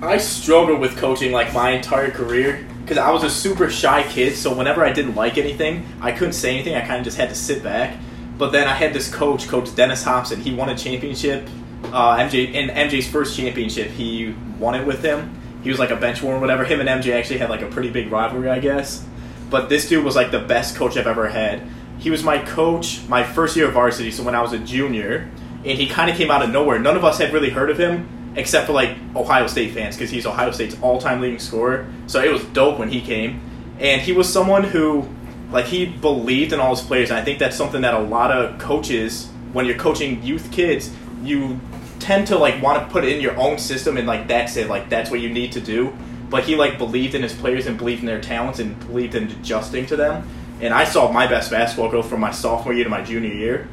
Speaker 3: I struggled with coaching like my entire career because I was a super shy kid. So whenever I didn't like anything, I couldn't say anything. I kind of just had to sit back. But then I had this coach, Coach Dennis Hobson. He won a championship. Uh, MJ in MJ's first championship, he won it with him. He was like a bench warmer, whatever. Him and MJ actually had like a pretty big rivalry, I guess. But this dude was like the best coach I've ever had. He was my coach my first year of varsity, so when I was a junior, and he kind of came out of nowhere. None of us had really heard of him, except for like Ohio State fans, because he's Ohio State's all-time leading scorer. So it was dope when he came, and he was someone who, like, he believed in all his players. And I think that's something that a lot of coaches, when you're coaching youth kids, you tend to like want to put it in your own system and like that's it, like that's what you need to do but he like believed in his players and believed in their talents and believed in adjusting to them. And I saw my best basketball go from my sophomore year to my junior year,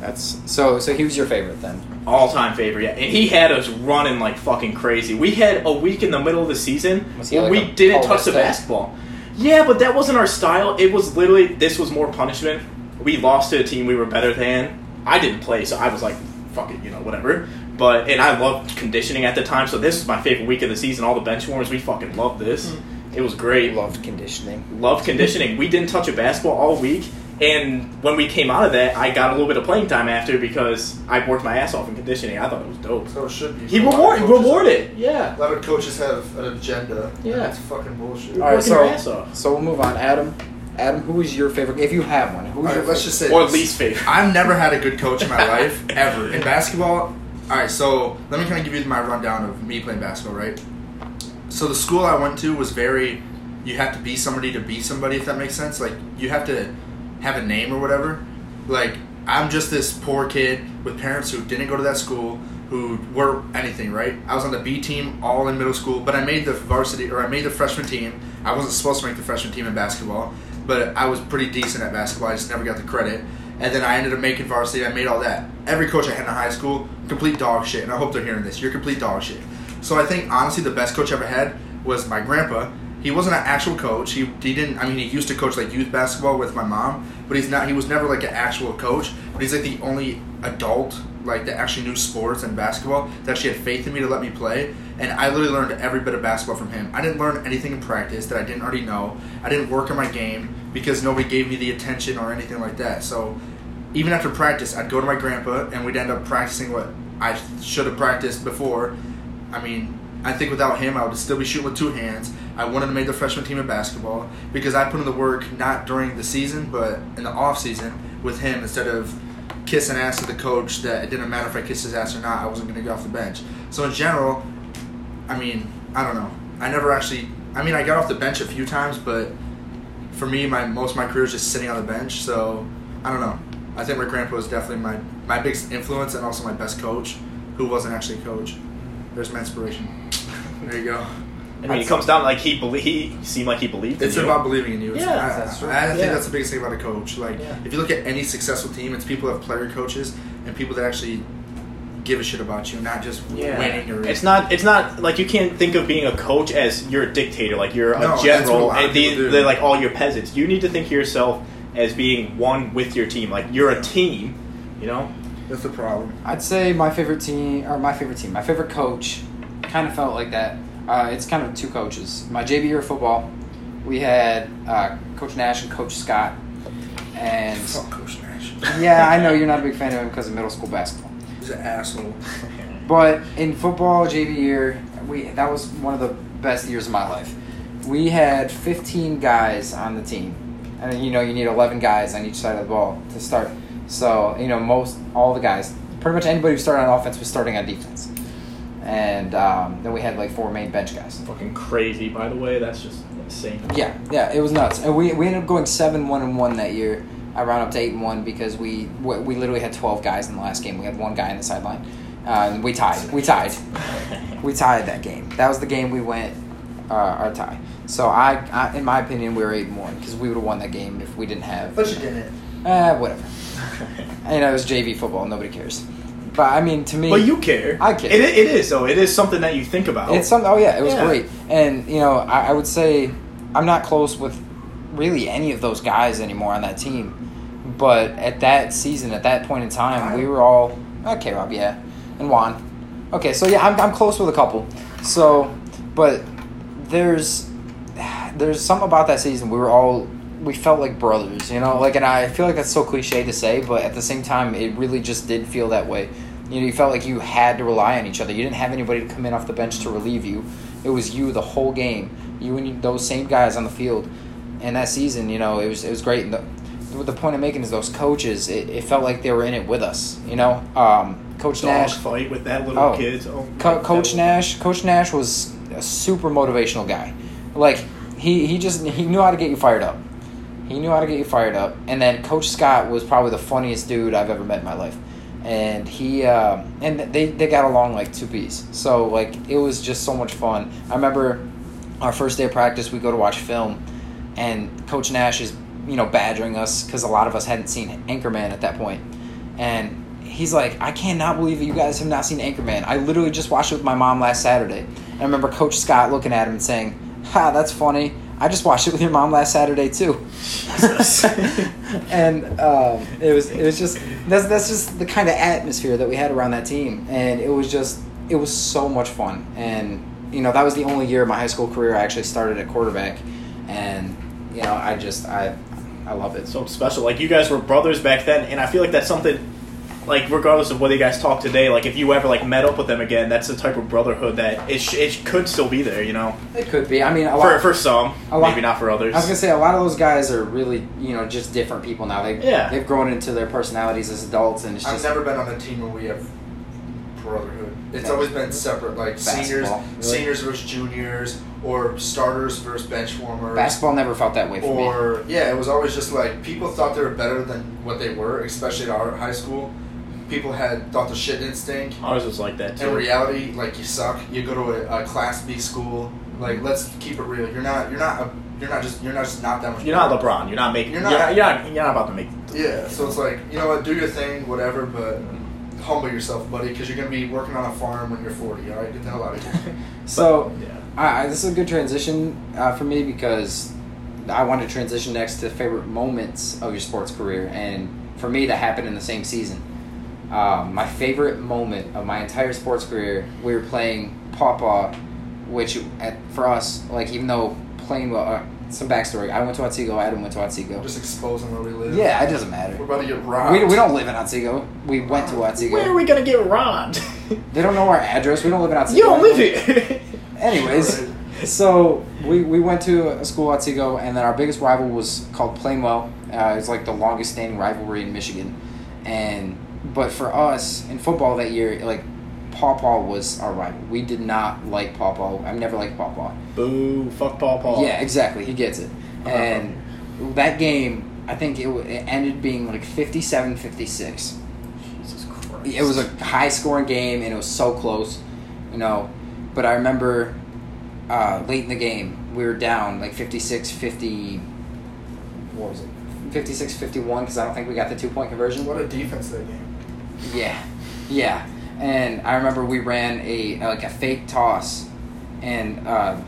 Speaker 1: That's so. So he was your favorite then.
Speaker 3: all time favorite. Yeah, and he had us running like fucking crazy. We had a week in the middle of the season
Speaker 1: Was he like
Speaker 3: where we
Speaker 1: a
Speaker 3: didn't
Speaker 1: Paul
Speaker 3: touch the
Speaker 1: Westhead?
Speaker 3: basketball. Yeah, but that wasn't our style. It was literally this was more punishment. We lost to a team we were better than. I didn't play, so I was like, fuck it, you know, whatever. But and I loved conditioning at the time, so this was my favorite week of the season. All the bench warmers, we fucking
Speaker 1: Mm.
Speaker 3: loved this. It was great.
Speaker 1: He loved conditioning.
Speaker 3: Love conditioning. We didn't touch a basketball all week, And when we came out of that, I got a little bit of playing time after because I worked my ass off in conditioning. I thought it was dope.
Speaker 2: So it should be.
Speaker 3: He
Speaker 2: A lot of
Speaker 3: reward
Speaker 2: coaches-
Speaker 3: rewarded. Yeah.
Speaker 2: A lot of coaches have an agenda.
Speaker 3: Yeah.
Speaker 2: and It's fucking
Speaker 1: All
Speaker 2: bullshit.
Speaker 1: right,
Speaker 3: Working
Speaker 1: so-
Speaker 3: your ass off.
Speaker 1: So we'll move on. Adam, Adam, who is your favorite? If you have one, who's
Speaker 2: All
Speaker 1: your
Speaker 2: right, let's
Speaker 1: favorite?
Speaker 2: just say
Speaker 3: Or
Speaker 2: this.
Speaker 3: least favorite.
Speaker 2: I've never had a good coach in
Speaker 3: <laughs>
Speaker 2: my life ever in basketball. All right, so let me kind of give you my rundown of me playing basketball, right? So the school I went to was very you have to be somebody to be somebody if that makes sense. Like you have to have a name or whatever. Like I'm just this poor kid with parents who didn't go to that school who were anything, right? I was on the B team all in middle school, but I made the varsity or I made the freshman team. I wasn't supposed to make the freshman team in basketball, but I was pretty decent at basketball. I just never got the credit. And then I ended up making varsity. I made all that. Every coach I had in high school, complete dog shit. And I hope they're hearing this. You're complete dog shit. So I think honestly, the best coach I ever had was my grandpa. He wasn't an actual coach. He, he didn't. I mean, he used to coach like youth basketball with my mom, but he's not. He was never like an actual coach. But he's like the only adult like that actually knew sports and basketball that actually had faith in me to let me play. And I literally learned every bit of basketball from him. I didn't learn anything in practice that I didn't already know. I didn't work on my game because nobody gave me the attention or anything like that. So even after practice, I'd go to my grandpa and we'd end up practicing what I should have practiced before. I mean, I think without him, I would still be shooting with two hands. I wanted to make the freshman team in basketball because I put in the work not during the season, but in the off season with him instead of kissing ass to the coach that it didn't matter if I kissed his ass or not. I wasn't going to get off the bench. So in general, I mean, I don't know. I never actually. I mean, I got off the bench a few times, but for me, my most of my career is just sitting on the bench. So I don't know. I think my grandpa was definitely my my biggest influence and also my best coach, who wasn't actually a coach. There's my inspiration. <laughs> There you go.
Speaker 3: I mean, it comes down like he belie- he seemed like he believed
Speaker 2: It's
Speaker 3: in you.
Speaker 2: about believing in you. It's-
Speaker 3: Yeah,
Speaker 2: I,
Speaker 1: that's true.
Speaker 2: I, I think
Speaker 3: Yeah.
Speaker 2: that's the biggest thing about a coach. Like,
Speaker 3: Yeah.
Speaker 2: if you look at any successful team, it's people that have player coaches and people that actually give a shit about you, not just winning or
Speaker 3: It's not. It's not like you can't think of being a coach as you're a dictator. Like you're
Speaker 2: No,
Speaker 3: a
Speaker 2: that's what a
Speaker 3: general,
Speaker 2: lot of
Speaker 3: and they,
Speaker 2: people do.
Speaker 3: they're like all your peasants. You need to think of yourself as being one with your team. Like you're a team. You know. <laughs>
Speaker 2: That's the problem.
Speaker 1: I'd say my favorite team, or my favorite team, my favorite coach, kind of felt like that. Uh, it's kind of two coaches. My JV year of football, we had uh, Coach Nash and Coach Scott, and
Speaker 2: Fuck Coach Nash.
Speaker 1: <laughs> yeah, I know you're not a big fan of him because of middle school basketball.
Speaker 2: He's
Speaker 1: <laughs>
Speaker 2: an asshole.
Speaker 1: But in football JV year, we that was one of the best years of my life. We had 15 guys on the team, and you know you need 11 guys on each side of the ball to start. So you know most all the guys, pretty much anybody who started on offense was starting on defense, and um, then we had like four main bench guys.
Speaker 3: Fucking crazy. By the way, that's just insane. <laughs>
Speaker 1: Yeah, yeah, it was nuts, and we, we ended up going seven one and one that year. I round up to eight and one because we we we literally had 12 guys in the last game. We had one guy in the sideline, uh, and we tied. We tied. We tied that game. That was the game we went uh, our tie. So I, I, in my opinion, we were eight and one because we would have won that game if we didn't have.
Speaker 2: But you didn't.
Speaker 1: Uh, whatever. I know it was JV football. Nobody cares. But I mean, to me,
Speaker 3: but you care.
Speaker 1: I care.
Speaker 3: It, it is though. It is something that you think about.
Speaker 1: It's something. Oh yeah, it was
Speaker 3: Yeah.
Speaker 1: great. And you know, I, I would say I'm not close with really any of those guys anymore on that team. But at that season, at that point in time, we were all okay. Rob, yeah, and Juan. Okay, so yeah, I'm I'm close with a couple. So, but there's there's something about that season. We were all we felt like brothers, you know. Like, and I feel like that's so cliche to say, but at the same time, it really just did feel that way. You know, you felt like you had to rely on each other. You didn't have anybody to come in off the bench to relieve you. It was you the whole game. You and those same guys on the field. And that season, you know, it was it was great. And the, the point I'm making is those coaches. It, it felt like they were in it with us. You know, um, Coach
Speaker 3: Dog
Speaker 1: Nash.
Speaker 3: fight with that little
Speaker 1: Oh.
Speaker 3: kid. Oh,
Speaker 1: Co-
Speaker 3: my
Speaker 1: Coach
Speaker 3: God.
Speaker 1: Nash. Coach Nash was a super motivational guy. Like he, he just he knew how to get you fired up. He knew how to get you fired up. And then Coach Scott was probably the funniest dude I've ever met in my life. And he um, and they they got along like two peas. So like it was just so much fun. I remember our first day of practice, we go to watch film, and Coach Nash is you know badgering us because a lot of us hadn't seen Anchorman at that point, and he's like, "I cannot believe that you guys have not seen Anchorman. I literally just watched it with my mom last Saturday." And I remember Coach Scott looking at him and saying, "Ha, that's funny. I just watched it with your mom last Saturday too." <laughs>
Speaker 3: Jesus.
Speaker 1: and um, it was it was just that's that's just the kind of atmosphere that we had around that team, and it was just it was so much fun. And you know that was the only year of my high school career I actually started at quarterback, and you know I just I I love it.
Speaker 3: so special. Like you guys were brothers back then, and I feel like that's something. Like regardless of whether you guys talk today, like if you ever like met up with them again, that's the type of brotherhood that it, sh- it could still be there, you know.
Speaker 1: It could be. I mean, a
Speaker 3: For
Speaker 1: lot.
Speaker 3: for some,
Speaker 1: A lot-
Speaker 3: maybe not for others.
Speaker 1: I was gonna say a lot of those guys are really you know just different people now. They
Speaker 3: Yeah.
Speaker 1: they've grown into their personalities as adults, and it's
Speaker 2: I've
Speaker 1: just
Speaker 2: never been on a team where we have brotherhood. It's
Speaker 1: No.
Speaker 2: always been separate, like seniors,
Speaker 1: Basketball, really?
Speaker 2: seniors versus juniors, or starters versus bench warmers.
Speaker 1: basketball never felt that way for me.
Speaker 2: or yeah, it was always just like people thought they were better than what they were, especially at our high school. People had thought the shit instinct.
Speaker 3: Ours was like that
Speaker 2: In
Speaker 3: too.
Speaker 2: reality, like you suck. You go to a, a class B school. Like let's keep it real. You're not. You're not. A, you're not just. You're not just not that much.
Speaker 3: You're not LeBron. You're not making. You're
Speaker 2: You're
Speaker 3: not.
Speaker 2: not-
Speaker 3: You're not, you're not, about to make.
Speaker 2: Yeah. So it's like you know what. Do your thing, whatever. But humble yourself, buddy, because you're gonna be working on a farm when you're 40. All right. Get the hell out
Speaker 1: <laughs>
Speaker 2: of here.
Speaker 1: So
Speaker 3: Yeah.
Speaker 1: I, I- this is a good transition uh, for me because I want to transition next to favorite moments of your sports career, and for me that happened in the same season. Um, my favorite moment of my entire sports career, we were playing Pawpaw, which at, for us, like even though playing well, uh, some backstory, I went to Otsego, Adam went to Otsego.
Speaker 2: just exposing where we live.
Speaker 1: Yeah, it doesn't matter.
Speaker 2: We're about to get robbed.
Speaker 1: We, we don't live in Otsego. We went to
Speaker 3: Where are
Speaker 1: Otsego.
Speaker 3: we gonna get <laughs> robbed?
Speaker 1: They don't know our address. We don't live in Otsego.
Speaker 3: you don't live here.
Speaker 1: Anyways, so we, we went to a school Otsego, and then our biggest rival was called Plainwell. Uh, it's like the longest standing rivalry in Michigan, and but for us in football that year, like Paw Paw was our rival. We did not like Paw Paw. I've never liked Paw Paw.
Speaker 3: <laughs> Boo! Fuck Paul Paul.
Speaker 1: Yeah, exactly. He gets it.
Speaker 3: Oh. Uh-huh.
Speaker 1: And that game, I think it, w- it ended being like 57-56.
Speaker 3: Jesus Christ.
Speaker 1: it was a high scoring game and it was so close, you know. But I remember uh, late in the game, we were down like 56 50. What was it? 56 51 because I don't think we got the two point conversion.
Speaker 2: What a defense that game.
Speaker 1: Yeah, yeah. And I remember we ran a uh, like a fake toss, and uh,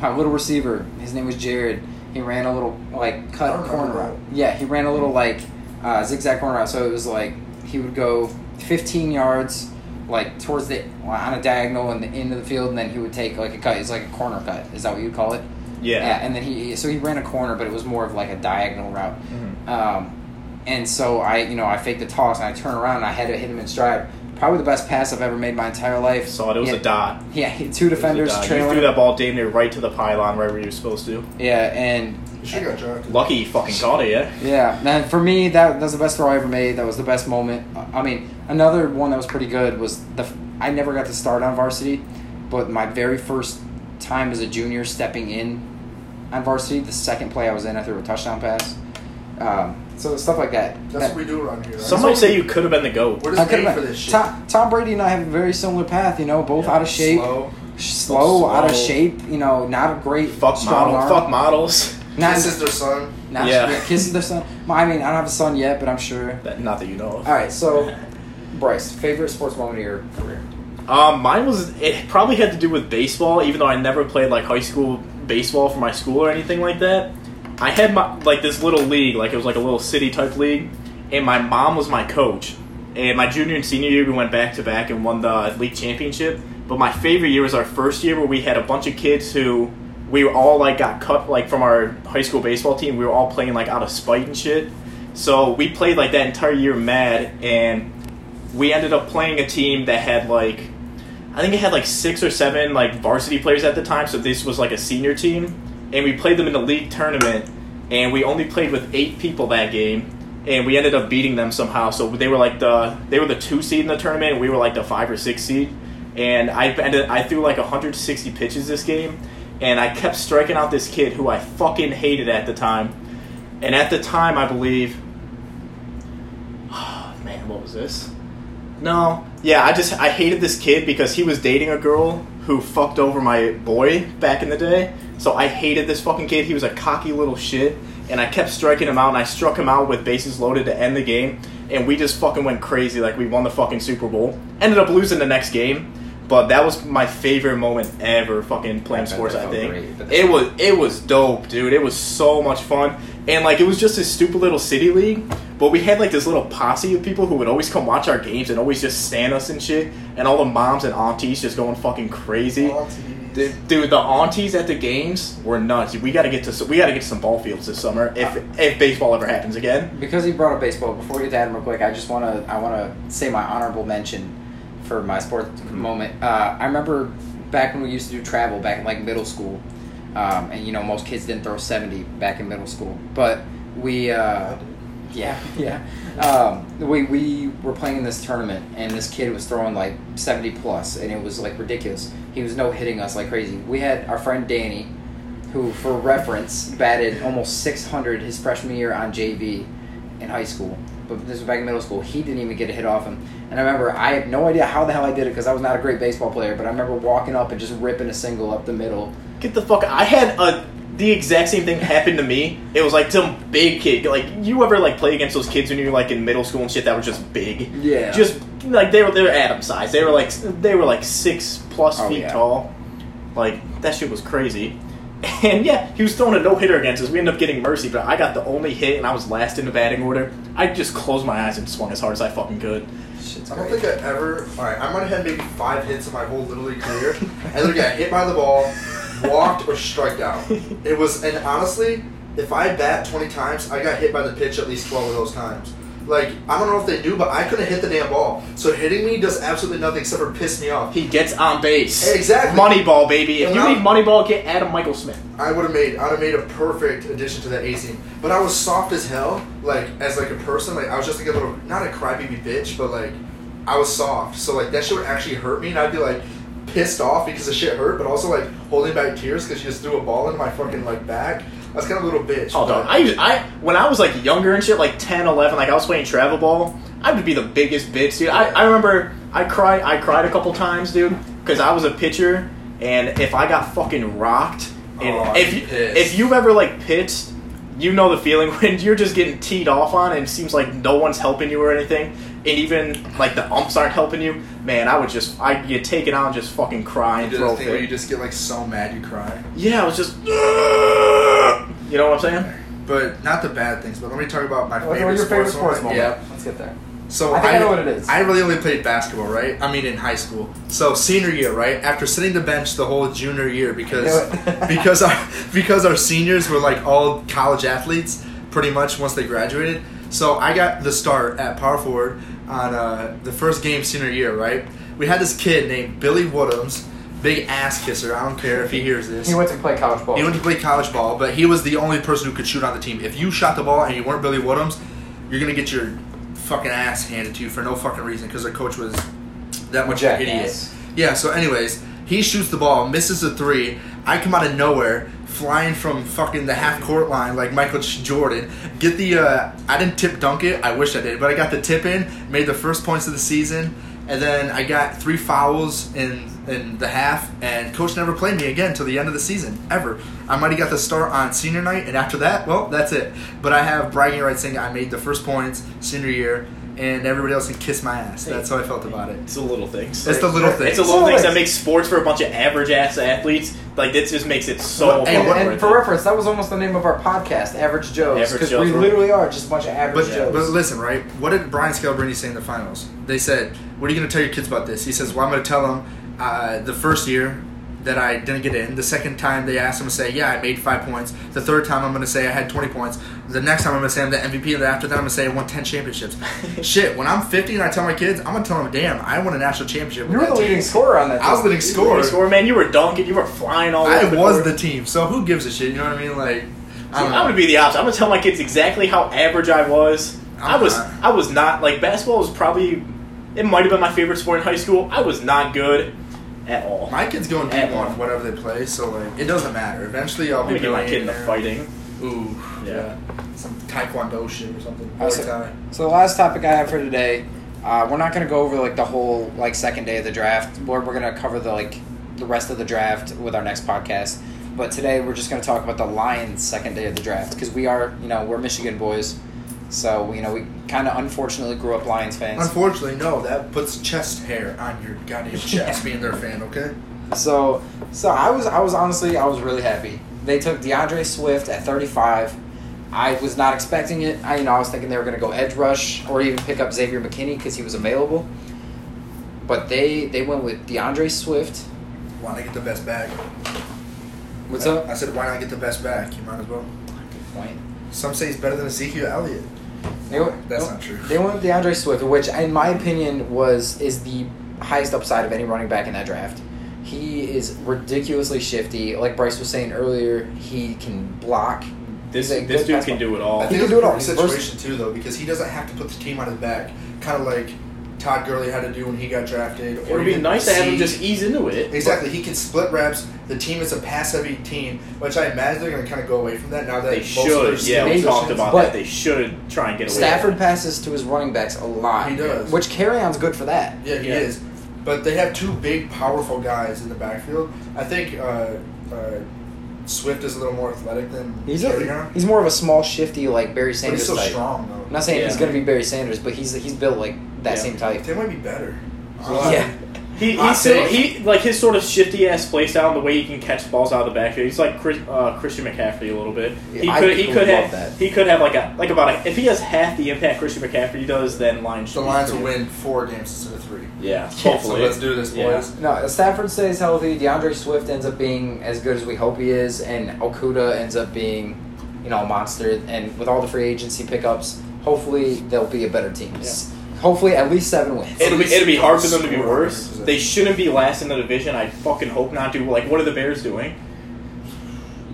Speaker 1: my little receiver, his name was Jared. He ran a little like
Speaker 2: I
Speaker 1: cut
Speaker 2: remember
Speaker 1: corner
Speaker 2: that.
Speaker 1: route. Yeah, he ran a little like uh, zigzag corner route. So it was like he would go 15 yards, like towards the on a diagonal in the end of the field, and then he would take like a cut. It's like a corner cut. Is that what you call it?
Speaker 3: Yeah.
Speaker 1: And then he so he ran a corner, but it was more of like a diagonal route.
Speaker 3: Mhm.
Speaker 1: Um, and so I, you know, I faked the toss and I turn around and I had to hit him in stride. Probably the best pass I've ever made my entire life.
Speaker 3: Saw it. It was
Speaker 1: yeah,
Speaker 3: a dot.
Speaker 1: Yeah, he- two defenders
Speaker 3: It was a dot. You
Speaker 1: trailing.
Speaker 3: threw that ball damn near right to the pylon wherever you were supposed to.
Speaker 1: Yeah, and
Speaker 2: You should have got drafted.
Speaker 3: Lucky you fucking caught it, yeah.
Speaker 1: yeah, and for me, that that's the best throw I ever made. That was the best moment. I mean, another one that was pretty good was the f- I never got to start on varsity, but my very first time as a junior stepping in on varsity, the second play I was in, I threw a touchdown pass. Um, so stuff like that.
Speaker 2: That's
Speaker 1: That-
Speaker 2: what we do around here.
Speaker 3: Some might say you could have been the goat.
Speaker 2: We're
Speaker 1: I
Speaker 2: just
Speaker 1: could've
Speaker 2: made for
Speaker 1: been-
Speaker 2: this shit.
Speaker 1: Tom, Tom Brady and I have a very similar path, you know, both
Speaker 3: Yeah.
Speaker 1: out of shape, slow,
Speaker 2: Slow.
Speaker 1: out of
Speaker 3: Slow.
Speaker 1: shape, you know, not a great
Speaker 3: Fuck
Speaker 1: strong
Speaker 3: model.
Speaker 1: arm.
Speaker 3: Fuck models. <laughs>
Speaker 1: Not,
Speaker 2: this is their son.
Speaker 1: not
Speaker 3: Yeah.
Speaker 1: yeah, kisses their son. I mean, I don't have a son yet, but I'm sure.
Speaker 3: That, not that you know of.
Speaker 1: All right, so Bryce, favorite sports moment of your career?
Speaker 3: Um, mine was it probably had to do with baseball, even though I never played like high school baseball for my school or anything like that. I had my like this little league, like it was like a little city type league, and my mom was my coach. And my junior and senior year, we went back to back and won the league championship. But my favorite year was our first year where we had a bunch of kids who we were all like got cut like from our high school baseball team. We were all playing like out of spite and shit. So we played like that entire year mad, and we ended up playing a team that had like I think it had like six or seven like varsity players at the time, so this was like a senior team, and we played them in the league tournament, and we only played with eight people that game, and we ended up beating them somehow. So they were like the they were the two seed in the tournament, and we were like the five or six seed, and I ended I threw like 160 pitches this game, and I kept striking out this kid who I fucking hated at the time, and at the time I believe, <sighs> man, what was this? No. Yeah, I just I hated this kid because he was dating a girl who fucked over my boy back in the day. So I hated this fucking kid. He was a cocky little shit, and I kept striking him out, and I struck him out with bases loaded to end the game, and we just fucking went crazy. Like we won the fucking Super Bowl. Ended up losing the next game, But that was my favorite moment ever, fucking playing
Speaker 1: I bet
Speaker 3: sports.
Speaker 1: that
Speaker 3: I
Speaker 1: felt
Speaker 3: think
Speaker 1: great, but
Speaker 3: it
Speaker 1: that's-
Speaker 3: was it was dope, dude. It was so much fun, and like it was just this stupid little city league. But we had like this little posse of people who would always come watch our games and always just stand us and shit, and all the moms and aunties just going fucking crazy. Dude, dude, the aunties at the games were nuts. We gotta get to we gotta get to some ball fields this summer if if baseball ever happens again.
Speaker 1: Because he brought up baseball, before we get to Adam real quick, I just wanna I wanna say my honorable mention for my sports moment. Uh, I remember back when we used to do travel back in like middle school, um, and you know most kids didn't throw seventy back in middle school, but we uh, yeah yeah um, we we were playing in this tournament and this kid was throwing like seventy plus and it was like ridiculous. He was no hitting us like crazy. We had our friend Danny. Who, for reference, batted almost 600 his freshman year on JV in high school, but this was back in middle school. He didn't even get a hit off him. And I remember, I have no idea how the hell I did it because I was not a great baseball player, but I remember walking up and just ripping a single up the middle.
Speaker 3: Get the fuck! I had a the exact same thing happened to me. It was like some big kid. Like you ever like play against those kids when you were like in middle school and shit that were just big?
Speaker 1: Yeah.
Speaker 3: Just like they were they were Adam size. They were like they were like six plus
Speaker 1: Oh,
Speaker 3: feet
Speaker 1: yeah.
Speaker 3: tall. Like that shit was crazy. <laughs> And yeah, he was throwing a no hitter against us. We ended up getting mercy, but I got the only hit and I was last in the batting order. I just closed my eyes and swung as hard as I fucking could.
Speaker 1: Shit's
Speaker 2: I don't
Speaker 1: great.
Speaker 2: think I ever. All right, I might have had maybe five hits in my whole little
Speaker 1: <laughs>
Speaker 2: league career. I either got hit by the ball, walked, or striked out. It was, and honestly, if I bat twenty times, I got hit by the pitch at least twelve of those times. Like I don't know if they knew, but I couldn't hit the damn ball. So hitting me does absolutely nothing except for piss me off.
Speaker 3: He gets on base.
Speaker 2: Exactly.
Speaker 3: Moneyball, baby. If
Speaker 2: And
Speaker 3: you
Speaker 2: now-
Speaker 3: need Moneyball, get Adam Michael Smith.
Speaker 2: I would have made I'd have made a perfect addition to that A team. But I was soft as hell, like as like a person, like I was just like a little not a crybaby bitch, but like I was soft. So like that shit would actually hurt me and I'd be like pissed off because the shit hurt, but also like holding back tears because you just threw a ball in my fucking like back. I was kind of a little bitch.
Speaker 3: Oh, dog.
Speaker 2: but-
Speaker 3: I, used- I when I was like younger and shit, like 10, 11, like I was playing travel ball. I would be the biggest bitch, dude. I, I remember I cried. I cried a couple times, dude, because I was a pitcher, and if I got fucking rocked, and
Speaker 2: Oh, I'd
Speaker 3: if
Speaker 2: be
Speaker 3: you,
Speaker 2: pissed.
Speaker 3: if you've ever like pitched, you know the feeling <laughs> when you're just getting teed off on, and it seems like no one's helping you or anything, and even like the umps aren't helping you. Man, I would just I would get taken out and just fucking cry
Speaker 2: You
Speaker 3: and
Speaker 2: do
Speaker 3: throw
Speaker 2: that
Speaker 3: a
Speaker 2: thing where you
Speaker 3: fit.
Speaker 2: just get like so mad you cry.
Speaker 3: Yeah, I was just. <laughs> You know what I'm saying?
Speaker 2: But not the bad things. But let me talk about my
Speaker 1: What's
Speaker 2: favorite
Speaker 1: your favorite
Speaker 2: sports,
Speaker 1: sports moment?
Speaker 2: moment. Yeah.
Speaker 1: Let's get there.
Speaker 2: So
Speaker 1: I think I know what it is.
Speaker 2: I really only played basketball, right? I mean, in high school. So senior year, right? After sitting the bench the whole junior year because
Speaker 1: I knew it.
Speaker 2: <laughs> because our because our seniors were like all college athletes, pretty much once they graduated. So I got the start at power forward on uh, the first game senior year, right? We had this kid named Billy Woodhams, big ass kisser. I don't care if he hears this.
Speaker 1: He went to play college ball.
Speaker 2: He went to play college ball, but he was the only person who could shoot on the team. If you shot the ball and you weren't Billy Woodhams, you're gonna get your fucking ass handed to you for no fucking reason because their coach was that much of an idiot.
Speaker 1: Jackass.
Speaker 2: Yeah. So, anyways, he shoots the ball, misses a three. I come out of nowhere, flying from fucking the half court line like Michael Ch- Jordan. Get the uh, I didn't tip dunk it. I wish I did, but I got the tip in, made the first points of the season, and then I got three fouls in in the half. And coach never played me again till the end of the season ever. I might have got the start on senior night, and after that, well, that's it. But I have bragging rights saying I made the first points senior year, and everybody else can kiss my ass. That's how I felt about it.
Speaker 3: It's the little things.
Speaker 2: It's the little
Speaker 3: It's
Speaker 2: things.
Speaker 3: the little
Speaker 1: Always.
Speaker 3: things that make sports for a bunch of average ass athletes. Like this just makes it so.
Speaker 2: Hey,
Speaker 1: and,
Speaker 2: what-
Speaker 1: and for reference, that was almost the name of our podcast, Average Joes,
Speaker 3: Average
Speaker 1: because
Speaker 3: Joes,
Speaker 1: we
Speaker 3: right.
Speaker 1: literally are just a bunch of average
Speaker 2: But,
Speaker 1: Joes.
Speaker 2: but listen, right? What did Brian Scalabrine say in the finals? They said, "What are you going to tell your kids about this?" He says, "Well, I'm going to tell them uh, the first year that I didn't get in. The second time they asked him to say, yeah, I made five points. The third time I'm going to say I had 20 points. The next time I'm going to say I'm the MVP. And after that I'm going to say I won 10
Speaker 1: <laughs>
Speaker 2: championships. Shit, when I'm 50 and I tell my kids, I'm going to tell them, damn, I won a national championship. with
Speaker 1: you were
Speaker 2: that
Speaker 1: the
Speaker 2: team."
Speaker 1: leading scorer on that.
Speaker 2: I was the
Speaker 1: team.
Speaker 2: leading scorer.
Speaker 3: score, man. You were dunking. You were flying all
Speaker 2: I
Speaker 3: over. the
Speaker 2: was
Speaker 3: court.
Speaker 2: the team. So who gives a shit? You know what I mean? Like, I
Speaker 3: I'm
Speaker 2: don't know.
Speaker 3: gonna be the opposite. I'm gonna tell my kids exactly how average I was. i
Speaker 2: I'm
Speaker 3: was.
Speaker 2: not.
Speaker 3: I was not like basketball was probably. It might have been my favorite sport in high school. I was not good at all.
Speaker 2: My kid's going
Speaker 3: At
Speaker 2: deep
Speaker 3: all.
Speaker 2: on whatever they play, so like it doesn't matter. Eventually, I'll
Speaker 3: I'm gonna
Speaker 2: be
Speaker 3: get my kid into
Speaker 2: billionaire.
Speaker 3: fighting.
Speaker 2: Ooh,
Speaker 3: Yeah.
Speaker 2: some taekwondo shit or something. Muay
Speaker 1: Also-
Speaker 2: Thai.
Speaker 1: So the last topic I have for today, uh, we're not going to go over like the whole like second day of the draft. We're, we're going to cover the like the rest of the draft with our next podcast. But today we're just going to talk about the Lions' second day of the draft because we are you know we're Michigan boys, So you know, we kind of unfortunately grew up Lions fans.
Speaker 2: Unfortunately, no. That puts chest hair on your
Speaker 3: <laughs>
Speaker 2: goddamn chest being their fan. Okay.
Speaker 1: So so I was I was honestly I was really happy. They took DeAndre Swift at 35. I was not expecting it. I you know I was thinking they were going to go edge rush or even pick up Xavier McKinney because he was available. But they they went with DeAndre Swift.
Speaker 2: Why not get the best bag?
Speaker 1: What's
Speaker 2: I,
Speaker 1: up?
Speaker 2: I said, why not get the best back? You might as well.
Speaker 1: Good point.
Speaker 2: Some say he's better than Ezekiel Elliott.
Speaker 1: They went,
Speaker 2: That's
Speaker 1: they-
Speaker 2: not true.
Speaker 1: They went with DeAndre Swift, which in my opinion was is the highest upside of any running back in that draft. He is ridiculously shifty. Like Bryce was saying earlier, he can block.
Speaker 3: This
Speaker 1: He's a
Speaker 3: this
Speaker 1: good
Speaker 3: dude
Speaker 1: pass
Speaker 3: can
Speaker 1: block.
Speaker 3: do it all.
Speaker 2: I think
Speaker 1: Oh. can
Speaker 2: it's
Speaker 1: do it
Speaker 2: a
Speaker 1: all.
Speaker 2: pretty
Speaker 1: He's versatile.
Speaker 2: situation too, though, because he doesn't have to put the team on his back. Kind of like Todd Gurley had to do when he got drafted.
Speaker 3: It would be
Speaker 2: even
Speaker 3: nice to have him
Speaker 2: see-
Speaker 3: just ease into it.
Speaker 2: Exactly, he can split reps. The team is a pass-heavy team, which I imagine they're going to kind of go away from that now that
Speaker 3: They
Speaker 2: most of their
Speaker 3: should. Yeah,
Speaker 2: skill
Speaker 3: we talked
Speaker 2: positions-
Speaker 3: about
Speaker 1: but-
Speaker 3: that. They should try and get away.
Speaker 1: Stafford passes to his running backs a lot.
Speaker 2: He does.
Speaker 1: Which carry on's good for that.
Speaker 2: Yeah, he
Speaker 3: Yeah.
Speaker 2: is. But they have two big, powerful guys in the backfield. I think uh, uh, Swift is a little more athletic than
Speaker 1: He's a,
Speaker 2: Carrion,
Speaker 1: he's more of a small shifty like Barry
Speaker 2: but
Speaker 1: Sanders
Speaker 2: he's so
Speaker 1: type.
Speaker 2: strong
Speaker 1: I'm
Speaker 2: though.
Speaker 1: not saying he's
Speaker 3: Yeah.
Speaker 1: gonna be Barry Sanders, but he's he's built like that
Speaker 3: Yeah.
Speaker 1: same type.
Speaker 2: They might be better. Uh,
Speaker 1: Yeah.
Speaker 3: He,
Speaker 2: Hot
Speaker 3: he, still,
Speaker 2: take.
Speaker 3: he like his sort of shifty ass play style and the way he can catch balls out of the backfield. He's like Chris, uh, Christian McCaffrey a little bit. He
Speaker 1: Yeah, I
Speaker 3: could he
Speaker 1: would
Speaker 3: could
Speaker 1: love
Speaker 3: have
Speaker 1: that.
Speaker 3: he could have like a like about a, if he has half the impact Christian McCaffrey does, then Lions
Speaker 2: The
Speaker 3: should be
Speaker 2: Lions will
Speaker 3: pretty-
Speaker 2: win four games instead of three.
Speaker 3: Yeah,
Speaker 2: So
Speaker 3: hopefully.
Speaker 2: let's do this,
Speaker 3: Yeah.
Speaker 2: boys.
Speaker 1: No, Stafford stays healthy. DeAndre Swift ends up being as good as we hope he is, and Okuda ends up being, you know, a monster. And with all the free agency pickups, hopefully they'll be a better team. S- Hopefully, at least seven wins.
Speaker 3: It'll be, it'll be hard for them to be
Speaker 2: Score
Speaker 3: worse.
Speaker 2: records.
Speaker 3: They shouldn't be last in the division. I fucking hope not to. Like, what are the Bears doing?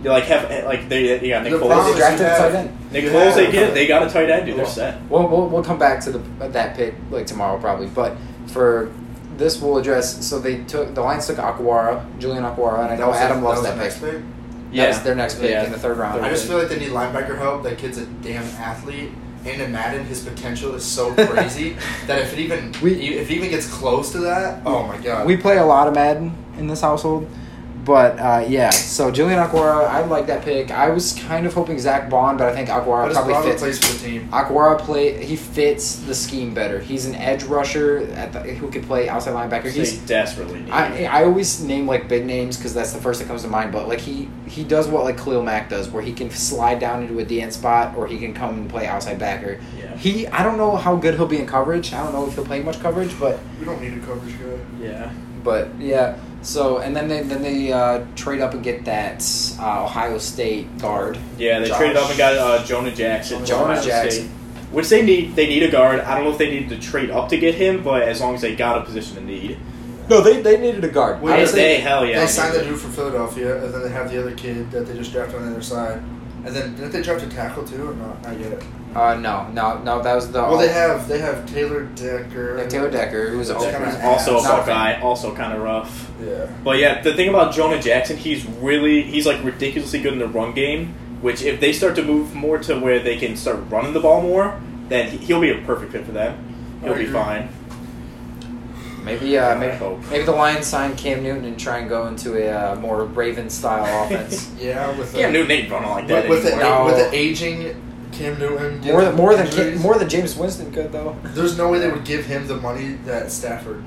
Speaker 3: They like have eh, like they yeah Nick
Speaker 2: The
Speaker 1: They
Speaker 2: problem
Speaker 3: Foles.
Speaker 2: is-
Speaker 1: drafted a tight end.
Speaker 3: Nick
Speaker 2: Yeah.
Speaker 3: Foles they get they got a tight end dude. They're
Speaker 1: Well,
Speaker 3: set.
Speaker 1: We'll, we'll, we'll come back to the that pick like tomorrow probably, but for this we'll address. So they took the Lions took Aquara, Julian Aquara, and I
Speaker 2: That
Speaker 1: know
Speaker 2: was-
Speaker 1: Adam loves
Speaker 2: was
Speaker 1: that
Speaker 2: the
Speaker 1: pick.
Speaker 2: next pick.
Speaker 1: That was their next pick
Speaker 3: Yeah.
Speaker 1: in the third round.
Speaker 2: I just feel like they need linebacker help. That kid's a damn athlete. And in Madden, his potential
Speaker 1: <laughs>
Speaker 2: is so crazy that if it even e,
Speaker 1: We-
Speaker 2: if it even gets close to that, oh my god.
Speaker 1: We play a lot of Madden in this household, but uh, yeah. So Julian Aquara, I like that pick. I was kind of hoping Zach Bond, but I think
Speaker 2: But
Speaker 1: Aquara
Speaker 2: his brother
Speaker 1: probably fits.
Speaker 2: plays for the team.
Speaker 1: Aquara play he fits the scheme better. He's an edge rusher at the, who can play outside linebacker. He's
Speaker 3: They desperately need.
Speaker 1: I, I always name like big names because that's the first that comes to mind. But like he he does what like Khalil Mack does, where he can slide down into a DN spot or he can come and play outside backer.
Speaker 3: Yeah.
Speaker 1: He I don't know how good he'll be in coverage. I don't know if he'll play much coverage, but
Speaker 2: We don't need a coverage guy.
Speaker 3: yeah.
Speaker 1: but yeah. So and then they then they uh, trade up and get that uh, Ohio State guard.
Speaker 3: Yeah, they
Speaker 1: Josh.
Speaker 3: traded up and got uh, Jonah Jackson. from
Speaker 1: Jonah
Speaker 3: Ohio State,
Speaker 1: Jackson.
Speaker 3: which they need. They need a guard. I don't know if they need to trade up to get him, but as long as they got a position to need,
Speaker 1: No, they they needed a guard.
Speaker 2: Wait,
Speaker 1: I
Speaker 3: they,
Speaker 1: would say-
Speaker 3: they hell yeah.
Speaker 2: they
Speaker 3: need
Speaker 2: signed
Speaker 3: it.
Speaker 2: the dude from Philadelphia, and then they have the other kid that they just drafted on the other side. And then didn't they draft a tackle too or not? I get it.
Speaker 1: Uh, no, no, no. That was the
Speaker 2: Well, they have they have Taylor Decker.
Speaker 1: they have Taylor Decker, who was a
Speaker 2: They
Speaker 3: Decker
Speaker 2: kinda
Speaker 3: is also a
Speaker 1: ass. Not a
Speaker 3: Buckeye, also kind of rough.
Speaker 2: Yeah.
Speaker 3: But yeah, the thing about Jonah Jackson, he's really he's like ridiculously good in the run game. Which if they start to move more to where they can start running the ball more, then he- he'll be a perfect fit for them. He'll
Speaker 2: I
Speaker 3: be
Speaker 2: agree.
Speaker 3: fine.
Speaker 1: maybe uh,
Speaker 3: I
Speaker 1: maybe
Speaker 3: hope.
Speaker 1: Maybe the Lions sign Cam Newton and try and go into a uh, more Raven <laughs> style offense.
Speaker 2: Yeah, with the,
Speaker 3: Yeah, Newton ain't running like that
Speaker 2: with, with, the,
Speaker 1: No.
Speaker 3: anymore.
Speaker 2: with the aging Cam Newton.
Speaker 1: more than more than Ca-
Speaker 2: injuries,
Speaker 1: more than James Winston could <laughs> though.
Speaker 2: There's no way they would give him the money that Stafford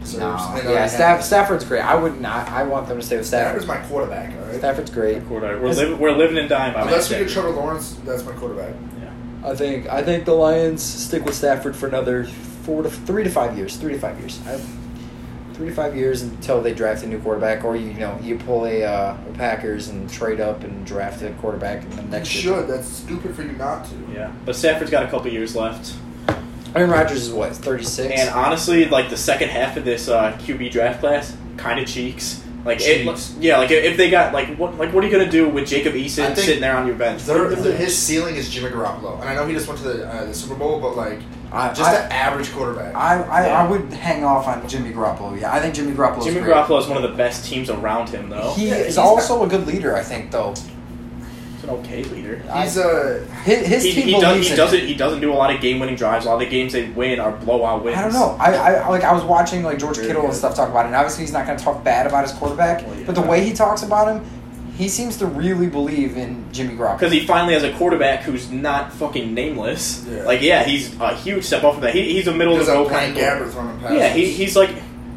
Speaker 2: deserves.
Speaker 1: No,
Speaker 2: They know
Speaker 1: yeah,
Speaker 2: they
Speaker 1: Staff,
Speaker 2: have-
Speaker 1: Stafford's great. I would not. I want them to stay with
Speaker 2: Stafford's
Speaker 1: Stafford.
Speaker 2: my quarterback. All right.
Speaker 1: Stafford's great.
Speaker 3: Quarterback. We're, li- we're living and dying by
Speaker 2: Unless we
Speaker 3: Matt
Speaker 2: get
Speaker 3: Stafford.
Speaker 2: Trevor Lawrence, that's my quarterback.
Speaker 3: Yeah.
Speaker 1: I think I think the Lions stick with Stafford for another four to three to five years. Three to five years. I, three to five years until they draft a new quarterback, or you know you pull a, uh, a Packers and trade up and draft a quarterback and then
Speaker 2: You
Speaker 1: next year.
Speaker 2: should. That's stupid for you not to.
Speaker 3: Yeah, but Stafford's got a couple years left,
Speaker 1: Aaron Rodgers is what thirty six.
Speaker 3: and honestly, like the second half of this uh, QB draft class, kind of cheeks. Like
Speaker 2: Cheeks.
Speaker 3: It, yeah, like if they got like what like what are you gonna do with Jacob
Speaker 2: I
Speaker 3: Eason
Speaker 2: think
Speaker 3: sitting there on your bench?
Speaker 2: Their- his ceiling is Jimmy Garoppolo, and I know he just went to the, uh, the Super Bowl, but like
Speaker 1: I,
Speaker 2: just
Speaker 1: I-
Speaker 2: an average quarterback.
Speaker 1: I, I,
Speaker 3: Yeah.
Speaker 1: I would hang off on Jimmy Garoppolo. Yeah, I think Jimmy Garoppolo.
Speaker 3: Jimmy
Speaker 1: great.
Speaker 3: Garoppolo is one of the best teams around him, though.
Speaker 1: He
Speaker 2: Yeah,
Speaker 1: is
Speaker 2: he's
Speaker 1: also a good leader, I think. Though
Speaker 3: He's an okay leader.
Speaker 2: He's uh, a
Speaker 1: his, his
Speaker 3: He,
Speaker 1: team
Speaker 3: he, does,
Speaker 1: believes
Speaker 3: he
Speaker 1: in
Speaker 3: doesn't. He doesn't do a lot of game-winning drives. A lot of the games they win are blowout
Speaker 1: him.
Speaker 3: wins.
Speaker 1: I don't know. I, I like I was watching like George
Speaker 2: Very
Speaker 1: Kittle and
Speaker 2: good.
Speaker 1: stuff talk about it. And obviously, he's not going to talk bad about his quarterback,
Speaker 3: Well, yeah.
Speaker 1: but the way he talks about him, he seems to really believe in Jimmy Garoppolo.
Speaker 3: Because he finally has a quarterback who's not fucking nameless.
Speaker 2: Yeah.
Speaker 3: Like, yeah, he's a huge step off of that. He, he's a middle of
Speaker 2: Because
Speaker 3: the
Speaker 2: I'm
Speaker 3: road
Speaker 2: playing
Speaker 3: kind
Speaker 2: Gabbert
Speaker 3: of.
Speaker 2: throwing passes.
Speaker 3: Yeah, he, he's like,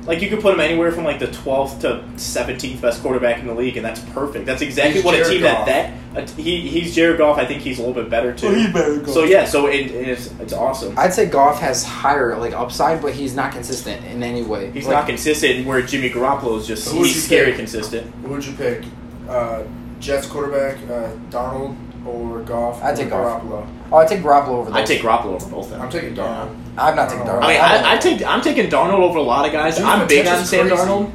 Speaker 3: like you could put him anywhere from like the 12th to 17th best quarterback in the league, and that's perfect. That's exactly
Speaker 2: He's
Speaker 3: what a
Speaker 2: Jared
Speaker 3: team
Speaker 2: Goff.
Speaker 3: that that. A, he he's Jared Goff. I think he's a little bit better too.
Speaker 2: Well, he Oh, better go.
Speaker 3: So yeah, so it, it's it's awesome.
Speaker 1: I'd say Goff has higher like upside, but he's not consistent in any way.
Speaker 3: He's
Speaker 1: Like,
Speaker 3: not consistent, where Jimmy Garoppolo is just
Speaker 2: Who would you
Speaker 3: he's scary
Speaker 2: pick?
Speaker 3: consistent.
Speaker 2: Who would you pick? Uh, Jets quarterback uh, Donald or Goff?
Speaker 1: I'd
Speaker 2: or
Speaker 1: take Goff.
Speaker 2: Garoppolo.
Speaker 1: Oh, I take Garoppolo over. Those.
Speaker 3: I take Garoppolo over both of them.
Speaker 2: I'm taking Donald.
Speaker 1: I'm not taking Darnold.
Speaker 3: I mean, I, I take I'm taking Darnold over a lot of guys.
Speaker 2: Dude,
Speaker 3: I'm big on
Speaker 2: Texas
Speaker 3: Sam
Speaker 2: crazy.
Speaker 3: Darnold.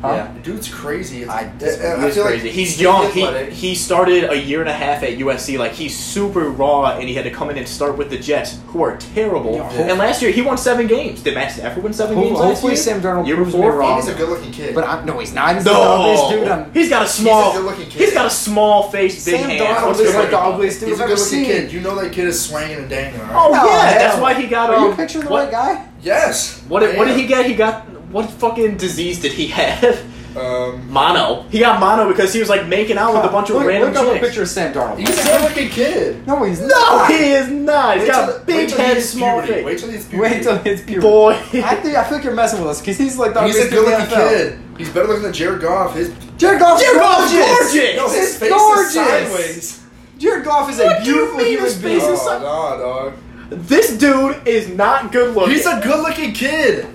Speaker 1: Huh?
Speaker 2: The Dude's crazy. It's,
Speaker 1: I
Speaker 2: it-
Speaker 1: disagree.
Speaker 2: I
Speaker 3: He's
Speaker 2: feel
Speaker 3: crazy.
Speaker 2: Like
Speaker 3: he's young. He
Speaker 2: athletic.
Speaker 3: he started a year and a half at USC. Like he's super raw, and he had to come in and start with the Jets, who are terrible.
Speaker 1: Yeah.
Speaker 3: And last year he won seven games. Did Matt Stafford win seven
Speaker 1: Ho-
Speaker 3: games last
Speaker 1: hopefully
Speaker 3: year?
Speaker 1: Sam Darnold
Speaker 3: Year
Speaker 1: proves me
Speaker 3: before?
Speaker 1: wrong.
Speaker 2: he's a good-looking kid.
Speaker 1: but I'm, no, he's not. He's the
Speaker 3: No,
Speaker 1: ugliest dude. on
Speaker 3: he's got a small.
Speaker 2: He's a good-looking kid.
Speaker 3: he's got a small face, big
Speaker 1: Sam
Speaker 3: hands.
Speaker 1: Darnold
Speaker 3: What's
Speaker 1: is
Speaker 3: good
Speaker 1: like the
Speaker 3: about him?
Speaker 1: ugliest dude
Speaker 2: he's
Speaker 1: I've
Speaker 2: a
Speaker 1: ever
Speaker 2: good-looking
Speaker 1: seen.
Speaker 2: kid. You know that kid is swinging and dangling.
Speaker 3: Oh
Speaker 2: Right?
Speaker 1: No,
Speaker 3: yeah,
Speaker 1: hell.
Speaker 3: that's why he got.
Speaker 1: Are
Speaker 3: Um,
Speaker 1: you picturing the
Speaker 3: what,
Speaker 1: right guy?
Speaker 2: Oh. Yes.
Speaker 3: What
Speaker 2: I
Speaker 3: what did
Speaker 2: am.
Speaker 3: he get? He got what fucking disease did he have?
Speaker 2: Um,
Speaker 3: Mono. He got mono because he was like making out with a bunch of
Speaker 1: look,
Speaker 3: random
Speaker 1: look up a
Speaker 3: chicks.
Speaker 1: picture of Sam Darnold.
Speaker 2: he's a good-looking kid.
Speaker 1: no, he's
Speaker 3: No,
Speaker 1: not.
Speaker 3: he is not. He's
Speaker 2: Wait
Speaker 3: got
Speaker 2: till-
Speaker 3: a
Speaker 2: wait
Speaker 3: big
Speaker 2: till he
Speaker 3: head,
Speaker 2: hits
Speaker 3: small
Speaker 2: puberty. Wait
Speaker 3: face.
Speaker 2: till he's
Speaker 1: <laughs>
Speaker 2: puberty.
Speaker 1: Wait till it's puberty.
Speaker 3: Boy,
Speaker 1: I think I feel like you're messing with us because he's like the
Speaker 2: He's a
Speaker 1: ugliest dude in
Speaker 2: good-looking
Speaker 1: the NFL.
Speaker 2: kid. He's better looking than Jared Goff. His
Speaker 1: Jared Goff's
Speaker 3: Jared Goff's
Speaker 1: gorgeous.
Speaker 3: gorgeous.
Speaker 2: no, his
Speaker 1: It's
Speaker 2: face
Speaker 1: gorgeous.
Speaker 2: is sideways.
Speaker 1: Jared Goff is
Speaker 3: What
Speaker 1: a
Speaker 3: do you
Speaker 1: beautiful
Speaker 3: mean
Speaker 1: human
Speaker 3: his
Speaker 1: being.
Speaker 3: face is-
Speaker 2: Oh, no, dog.
Speaker 3: <laughs> this dude is not good looking.
Speaker 2: He's a good-looking kid.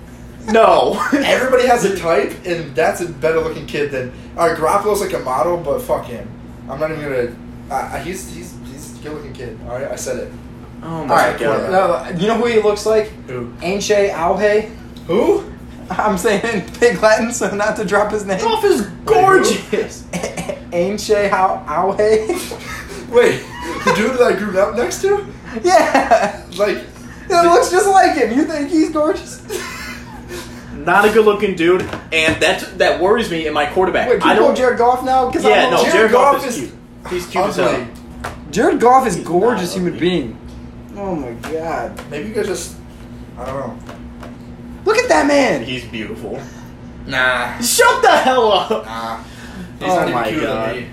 Speaker 3: no. Oh
Speaker 2: Everybody has a type, and that's a better-looking kid than. All right, Garoppolo's like a model, but fuck him. I'm not even gonna. I I- he's he's he's a good-looking kid. All right, I said it.
Speaker 3: oh
Speaker 1: All right,
Speaker 2: God.
Speaker 1: no, you know who he looks like?
Speaker 2: Who?
Speaker 1: Anche Auhe.
Speaker 2: Who?
Speaker 1: <laughs> I'm saying <laughs> Pig Latin, so not to drop his name. <laughs>
Speaker 3: Goff is gorgeous.
Speaker 1: Anche Au- Auhe.
Speaker 2: Wait, <laughs> the dude that I grew up next to?
Speaker 1: <laughs> yeah,
Speaker 2: Like,
Speaker 1: it looks just like him. You think he's
Speaker 3: <laughs>
Speaker 1: gorgeous?
Speaker 3: not a good looking dude, and that that worries me in my quarterback.
Speaker 1: Wait, can
Speaker 3: I
Speaker 1: you
Speaker 3: don't.
Speaker 1: go Jared Goff now? Because
Speaker 3: yeah, no. Jared,
Speaker 2: Jared
Speaker 3: Goff,
Speaker 2: Goff
Speaker 3: is,
Speaker 2: is
Speaker 3: cute. He's cute as hell.
Speaker 2: ugly.
Speaker 1: Jared Goff is
Speaker 3: He's not
Speaker 1: gorgeous human
Speaker 3: ugly.
Speaker 1: being. Oh my god!
Speaker 2: Maybe you guys just. I don't know.
Speaker 1: Look at that man.
Speaker 3: He's beautiful.
Speaker 2: Nah.
Speaker 3: Shut the hell up.
Speaker 2: Nah. He's
Speaker 1: Oh
Speaker 2: not even
Speaker 1: my
Speaker 2: cuter
Speaker 3: God.
Speaker 2: than me.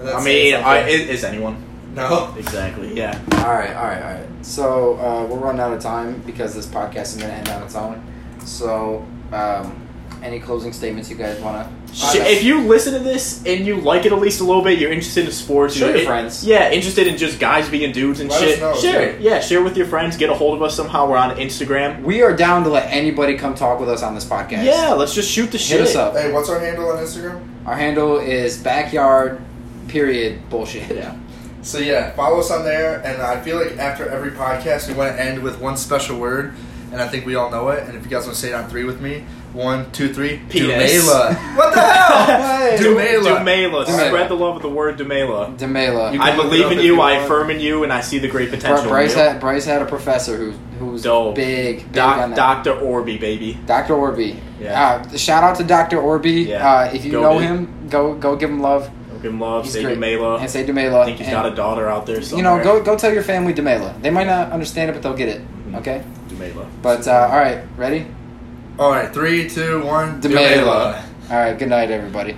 Speaker 3: I
Speaker 2: That's-
Speaker 3: mean,
Speaker 2: that's
Speaker 3: I,
Speaker 2: okay.
Speaker 3: is, is anyone?
Speaker 2: no.
Speaker 3: Exactly. Yeah.
Speaker 1: All right, all right, all right. So uh, we're running out of time because this podcast is going to end on its own. So, um, any closing statements you guys want to?
Speaker 3: Sh- if you listen to this and you like it at least a little bit, you're interested in sports.
Speaker 1: Share
Speaker 3: you're
Speaker 1: your
Speaker 3: in-
Speaker 1: friends.
Speaker 3: Yeah, interested in just guys being dudes and
Speaker 2: Let us
Speaker 3: shit.
Speaker 2: know,
Speaker 3: share
Speaker 2: yeah.
Speaker 3: it. Yeah, share with your friends. Get a hold of us somehow. We're on Instagram.
Speaker 1: we are down to let anybody come talk with us on this podcast.
Speaker 3: Yeah, let's just shoot the shit.
Speaker 1: hit us
Speaker 3: <laughs>
Speaker 1: up.
Speaker 2: Hey, what's our handle on Instagram?
Speaker 1: Our handle is backyard period bullshit. <laughs>
Speaker 3: Yeah.
Speaker 2: So yeah, follow us on there, and I feel like after every podcast we want to end with one special word, and I think we all know it. And if you guys want to say it on three with me, one, two, three,
Speaker 3: Penis.
Speaker 2: Dumela. What the
Speaker 3: <laughs>
Speaker 2: hell?
Speaker 1: Hey.
Speaker 2: Dumela.
Speaker 3: Dumela.
Speaker 1: Dumela.
Speaker 3: Spread the love of the word Dumela.
Speaker 1: Demela.
Speaker 2: You
Speaker 3: I
Speaker 2: can look it
Speaker 3: believe
Speaker 2: up
Speaker 3: in
Speaker 2: if
Speaker 3: you.
Speaker 2: you
Speaker 3: I
Speaker 2: want.
Speaker 3: affirm in you, and I see the great
Speaker 1: Br-
Speaker 3: potential.
Speaker 1: Bryce
Speaker 3: in you.
Speaker 1: had Bryce had a professor who who's
Speaker 3: Dope.
Speaker 1: big, big on
Speaker 3: Doc,
Speaker 1: that.
Speaker 3: Doctor Orby, baby.
Speaker 1: Dr. Orby.
Speaker 3: Yeah.
Speaker 1: Uh, shout out to Dr. Orby.
Speaker 3: Yeah.
Speaker 1: Uh, if you
Speaker 3: Go
Speaker 1: know
Speaker 3: big.
Speaker 1: him, go go give him love.
Speaker 3: Give him love.
Speaker 1: He's
Speaker 3: say
Speaker 1: great.
Speaker 3: Dumela.
Speaker 1: And
Speaker 3: I
Speaker 1: say Demela.
Speaker 3: think he's
Speaker 1: And-
Speaker 3: got a daughter out there
Speaker 1: you
Speaker 3: somewhere.
Speaker 1: know, go go tell your family Demela. They might not understand it, but they'll get it.
Speaker 3: Mhm.
Speaker 1: Okay.
Speaker 3: Dumela.
Speaker 1: But uh, all right, ready?
Speaker 2: All right, three, two, one.
Speaker 1: Dumela. All right. Good night, everybody.